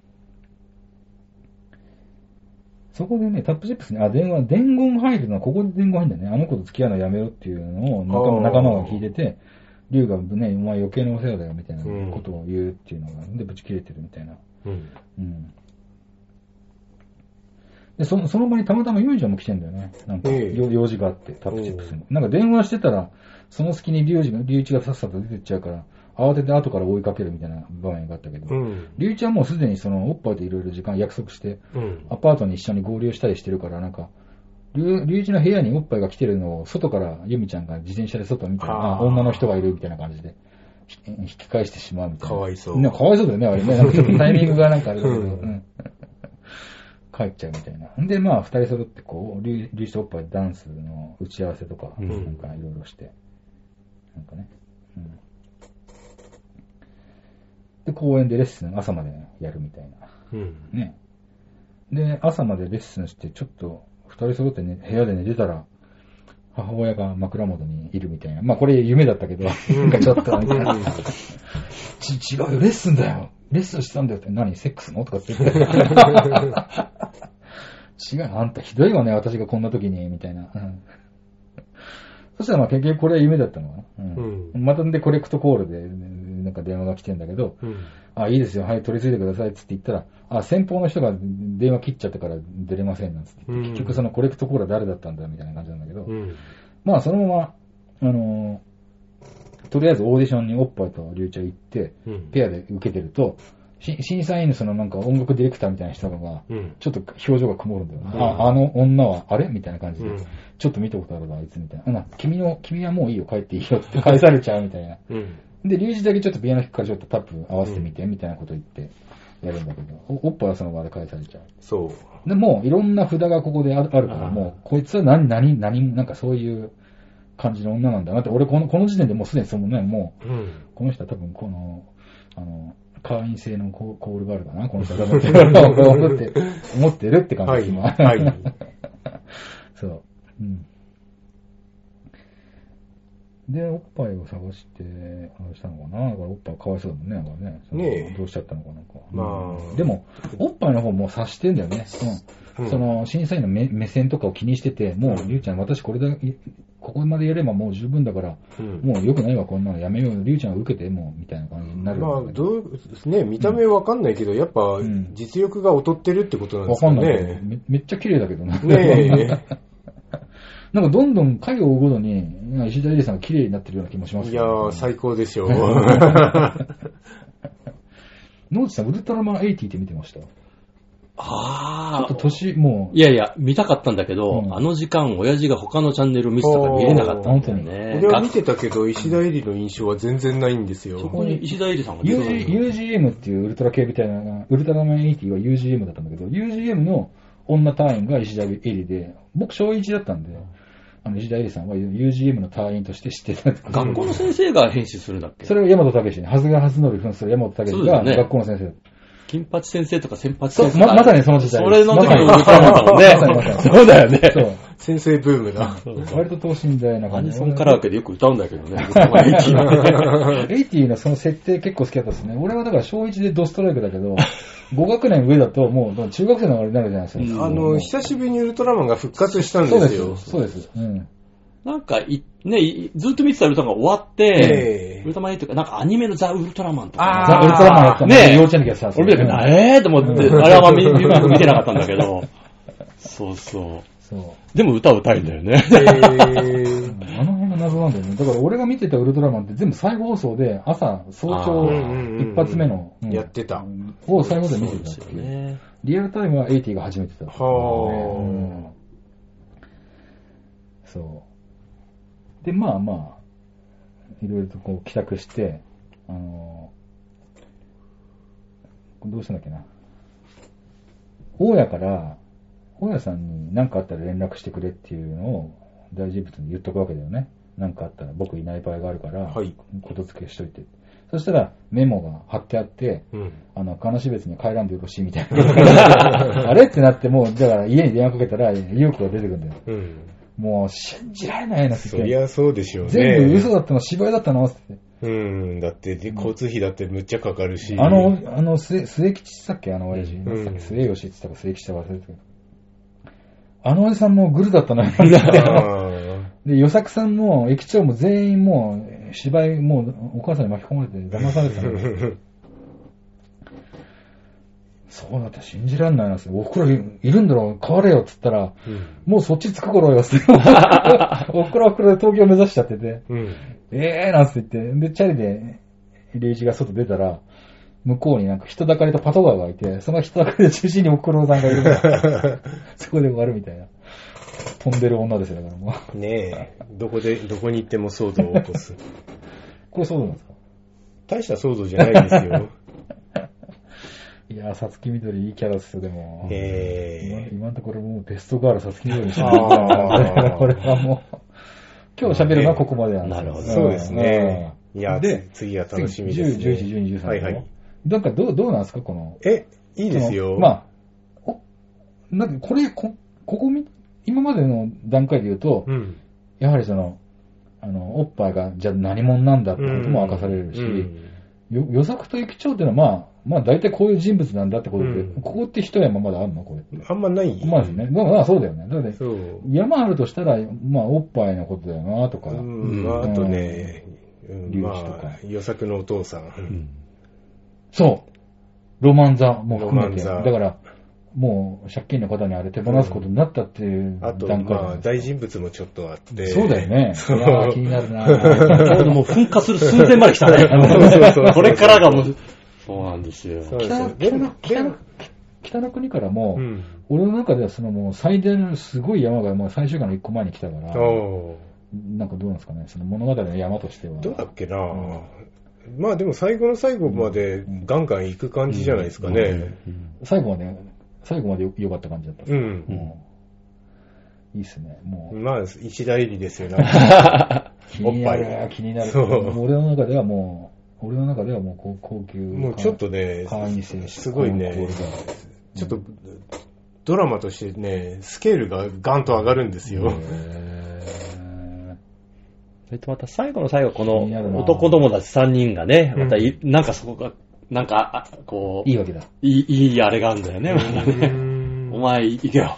そこでね、タップチップスに、あ、伝言、伝言入るのは、ここで伝言入るんだよね。あの子と付き合うのやめろっていうのを仲間、あー仲間が聞いてて、龍がね、お前余計なお世話だよみたいなことを言うっていうのが、で、ぶち切れてるみたいな。うん。うんで、その、その場にたまたまユージも来てんだよね。なんか、ええ用用事があって、タップチップスも。なんか電話してたら、その隙にリュウジが、リュウイチがさっさと出てっちゃうから、慌てて後から追いかけるみたいな場面があったけど、うん。リュウイチはもうすでにその、おっぱいといろいろ時間約束して、うん。アパートに一緒に合流したりしてるから、なんか、リュウリュウイチの部屋におっぱいが来てるのを、外からユミちゃんが自転車で外見たら、あーあ女の人がいるみたいな感じで、ひ引き返してしまうみたいかな。わいそう。ね、かわいそうだよね、あ れね。なんかちょっとタイミングがなんかあれだけど、うん帰っちゃうみたいな。んで、まあ、二人揃ってこう、流流出おっぱいダンスの打ち合わせとか、うんなんかいろいろして、なんかね。うんで、公園でレッスン朝までやるみたいな。うん。ね。で、朝までレッスンして、ちょっと、二人揃ってね、部屋で寝てたら、母親が枕元にいるみたいな。まあ、これ夢だったけど、なんかちょっと、みたいな。ち違うよ、レッスンだよ。レッスンしたんだよって、何、セックスのとかって言って。違う、あんたひどいわね、私がこんな時に、みたいな。うんそしたら、まあ、結局これは夢だったのかな。うんうまたんで、コレクトコールで、なんか電話が来てんだけど、うん。あ、いいですよ、はい、取り付いてくださいっつって言ったら、あ、先方の人が電話切っちゃったから出れませんなんつって言って、うん結局そのコレクトコーラ誰だったんだみたいな感じなんだけど、うん。まあそのまま、あのーとりあえずオーディションにおっぱいとリュウちゃん行って、うん。ペアで受けてると、し審査員のそのなんか音楽ディレクターみたいな人が、うん。ちょっと表情が曇るんだよ、ねうんあ、あの女は、あれみたいな感じで、うんちょっと見たことあるな、あいつみたいな。な君の、君はもういいよ、帰っていいよって 返されちゃうみたいな。うん。で、リュウジだけちょっとピアノ弾くからちょっとタップ合わせてみて、みたいなこと言ってやるんだけど、おおっぱいはその場で返されちゃう。そう。で、もういろんな札がここであるあるかあら、ーもうこいつは何、何、何、なんかそういう感じの女なんだなって、俺このこの時点でもうすでにそのね、もうんう。この人は多分この、あの、会員制のココールがあるかな、この人は多分って 思って、思ってるって感はじい。今はい。そう。うん。で、おっぱいを探して、あれしたのかなだからおっぱいかわいそうだもんね。だからね。そのねえどうしちゃったのかなんか。まあうんでも、おっぱいの方も察してんだよね。うん。うんその、審査員の目目線とかを気にしてて、もう、りゅうちゃん、私これだ、いここまでやればもう十分だから、うん。もう良くないわ、こんなのやめよう。りゅうちゃんは受けて、もう、みたいな感じになるまわあ、どう、ね、見た目わかんないけど、やっぱん、実力が劣ってるってことなんでわすかかんないけど、ね。めめっちゃ綺麗だけどな。ね なんかどんどん回を追うごとに、なんか石田ゆりさんが綺麗になってるような気もしますえ。いけやどー、最高でしょう。あ野内さん、ウルトラマン80って見てましたちょあっとあ。年、もう、いやいや、見たかったんだけど、うんあの時間、親父が他のチャンネルを見てたから見れなかったんだよね。俺は見てたけど、石田絵里の印象は全然ないんですそよ。こに石田絵里さんが出てたんだよ UG UGM っていうウルトラ系みたいな、ウルトラマン80は UGM だったんだけど、UGM の女隊員が石田絵里で、僕、小1だったんで、あの石田絵里さんは UGM の隊員として知ってたんですけど学校の先生が編集するんだっけそれを山戸武史に、はずがはずのり扮する山戸武史そうだがよね学校の先生だった。金八先生とか先八そう、先生ま、まさにその時代それの時のウまルトラマンだもんさにまね。さにそうだよね。そう。先生ブームだ。割と等身大なア感ニじ。ソンカラオケでよく歌うんだけどね。ウルトラマン80 エイティのその設定結構好きだったですね。俺はだから小1でドストライクだけど、5学年上だともう中学生の終わりになるじゃないですか。あの、久しぶりにウルトラマンが復活したんそうでですよ。す。そうです。うん。なんかい、ね、いずっと見てたウルトラマンが終わってええ、ウルトラマン8とか、なんかアニメのザ・ウルトラマンとか、ザ・ウルトラマンやったんだねえ幼稚園の時はさ、俺見たけど、うんえーと思って、あれはあんま見見てなかったんだけど、そうそう。そう。でも歌を歌えんだよね。えーあの辺が謎なんだよね。だから俺が見てたウルトラマンって全部再放送で、朝、早あ朝ーうんうんうん一発目の、うんやってた。を再放送で見てたでっすてよいうね。リアルタイムはエイティが初めてだったんだよねはうんそう。で、まあまあ、いろいろとこう帰宅して、あのーどうしたんだっけな。大家から、大家さんに何かあったら連絡してくれっていうのを大事物に言っとくわけだよね。なんかあったら僕いない場合があるから、はいこと付けしといて。そしたらメモが貼ってあって、うん。あの、悲し別に帰らんでよろしいみたいな。あ れってなって、もう、だから家に電話かけたら、勇気が出てくるんだよ。うん。もう、信じられないな、そりゃそうでしょうね。全部嘘だったの、芝居だったのって。うん。だって、で交通費だってむっちゃかかるし。あの、あの、末末吉さっきあの親父。んさっき末吉って言ったか末吉って忘れてたけど。あのおじさんもグルだったのよ。あ で、与作さんも、駅長も全員もう、芝居、もう、お母さんに巻き込まれて、騙されてたの。 ーそうだった、信じらんないな、それおふくろいるんだろ、変われよ、っつったら、うん。もうそっち着く頃よ、つって おふくろはおふくろで東京目指しちゃってて、うん。ええー、なんつって言って、で、チャリで、レイジが外出たら、向こうになんか人だかりとパトカーがいて、その人だかりの中心におふくろさんがいる から、そこで終わるみたいな。飛んでる女ですよ、だからもう。ねえ。どこで、どこに行っても騒動を起こす。これそうなんですか大した騒動じゃないです よ。いやー、さつきみどりいいキャラですよ、でも。今ええ今のところもうベストガールさつきみどりにしかないからあー これはもう、今日喋るのはここまでなんですよなるほどそうですね。。いや、でで、次はうん楽しみです、 10、ね。 11、12、はいは13い。なんかどう、どうなんですか、この。え、いいですよ。そのまあ、おなんかこれ、こ、ここみ、今までの段階で言うと、うん。やはりその、あの、おっぱいが、じゃあ何者なんだってことも明かされるし、うんよ予測と駅長っていうのは、まあ、まあ大体こういう人物なんだってことで、うんここって一山まだあるのこれ。あんまない。まあですね。でもまあそうだよね。だって、そう。山あるとしたら、まあおっぱいのことだよなとか、うん、んまあ、あとね、うん、龍ま一とかあ、予作のお父さん。そう。ロマンザも含めて。ロマだンか座ら、もう借金の方にあれ手放すことになったっていうあ段と、階なんですよまあ、大人物もちょっとあって。そうだよね。いそうやー気になる ちなょうどもう噴火する寸前まで来たそうそうそうそね。うこれからがもう、そうなんですよ。そうです北よの、北でも、での北のも、北の国からも、うん。俺の中ではそのもう最大のすごい山がもう最終回の一個前に来たから、おーなんかどうなんですかね、その物語の山としては。どうだっけな、うんまあでも最後の最後までガンガン行く感じじゃないですかね。最後まで、最後までよ良かった感じだったんでうすん。か、うんいいっすね。もう、まあ、一大理ですよ、なんか。気になるな、気になる。そう俺の中ではもう、俺の中ではもう高高級。もうちょっとね、会員制すごいね、ちょっと、ドラマとしてね、スケールがガンと上がるんですよ。それとまた最後の最後、こ気になるなの男友達3人がね、またい、なんかそこが、なんか、あこう、いいいわけだ。い、いいあれがあるんだよね、またね。お前、行けよ。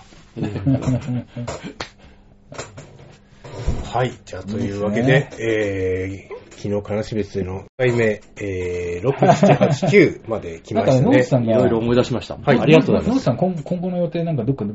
はい。じゃあ、というわけで、えー、昨日、悲し別での1回目、えー、6、7、8、9まで来なんまかしね、た野口ね。さんいが、ろいろ思い出しました。ははいい、ありがとうござい野ま口す。さん、今今後の予定なんかどっか、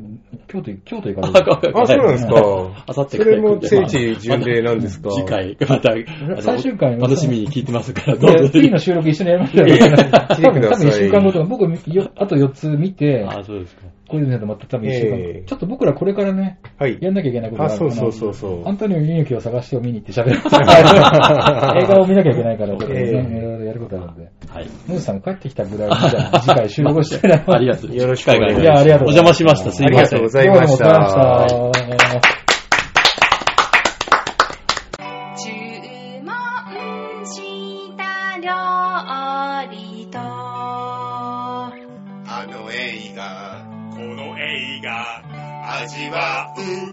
京都、京都行かれる。あ、そうなんですか。あさってそれも聖地巡礼なんですか。次回、また、あの最終回の楽しみに聞いてますから、どうでぞ。次の収録一緒にやりましょういよ。やいや来て多く分、だ多さい分1週間後とか、僕よ、あと4つ見て、あ、そうですか。これでまた多分1週間後、ええちょっと僕らこれからね、はい。やんなきゃいけないことがあ、あるかそうら。そうそうそうア。ントニオ猪木を探してを見に行って喋る。 映画を見なきゃいけないから、ちょっとね、ええいろいろやることあるんで。はい。ムースさん帰ってきたぐらいじ ゃあ次回収録してない。ありがとう。よろしくお願いしますいやありがとうおござい邪ま魔すしました。すいありがまとせうんご。ざいましどうもた。どうもお疲れ様でした。注文した料理とあの映画この映画味わう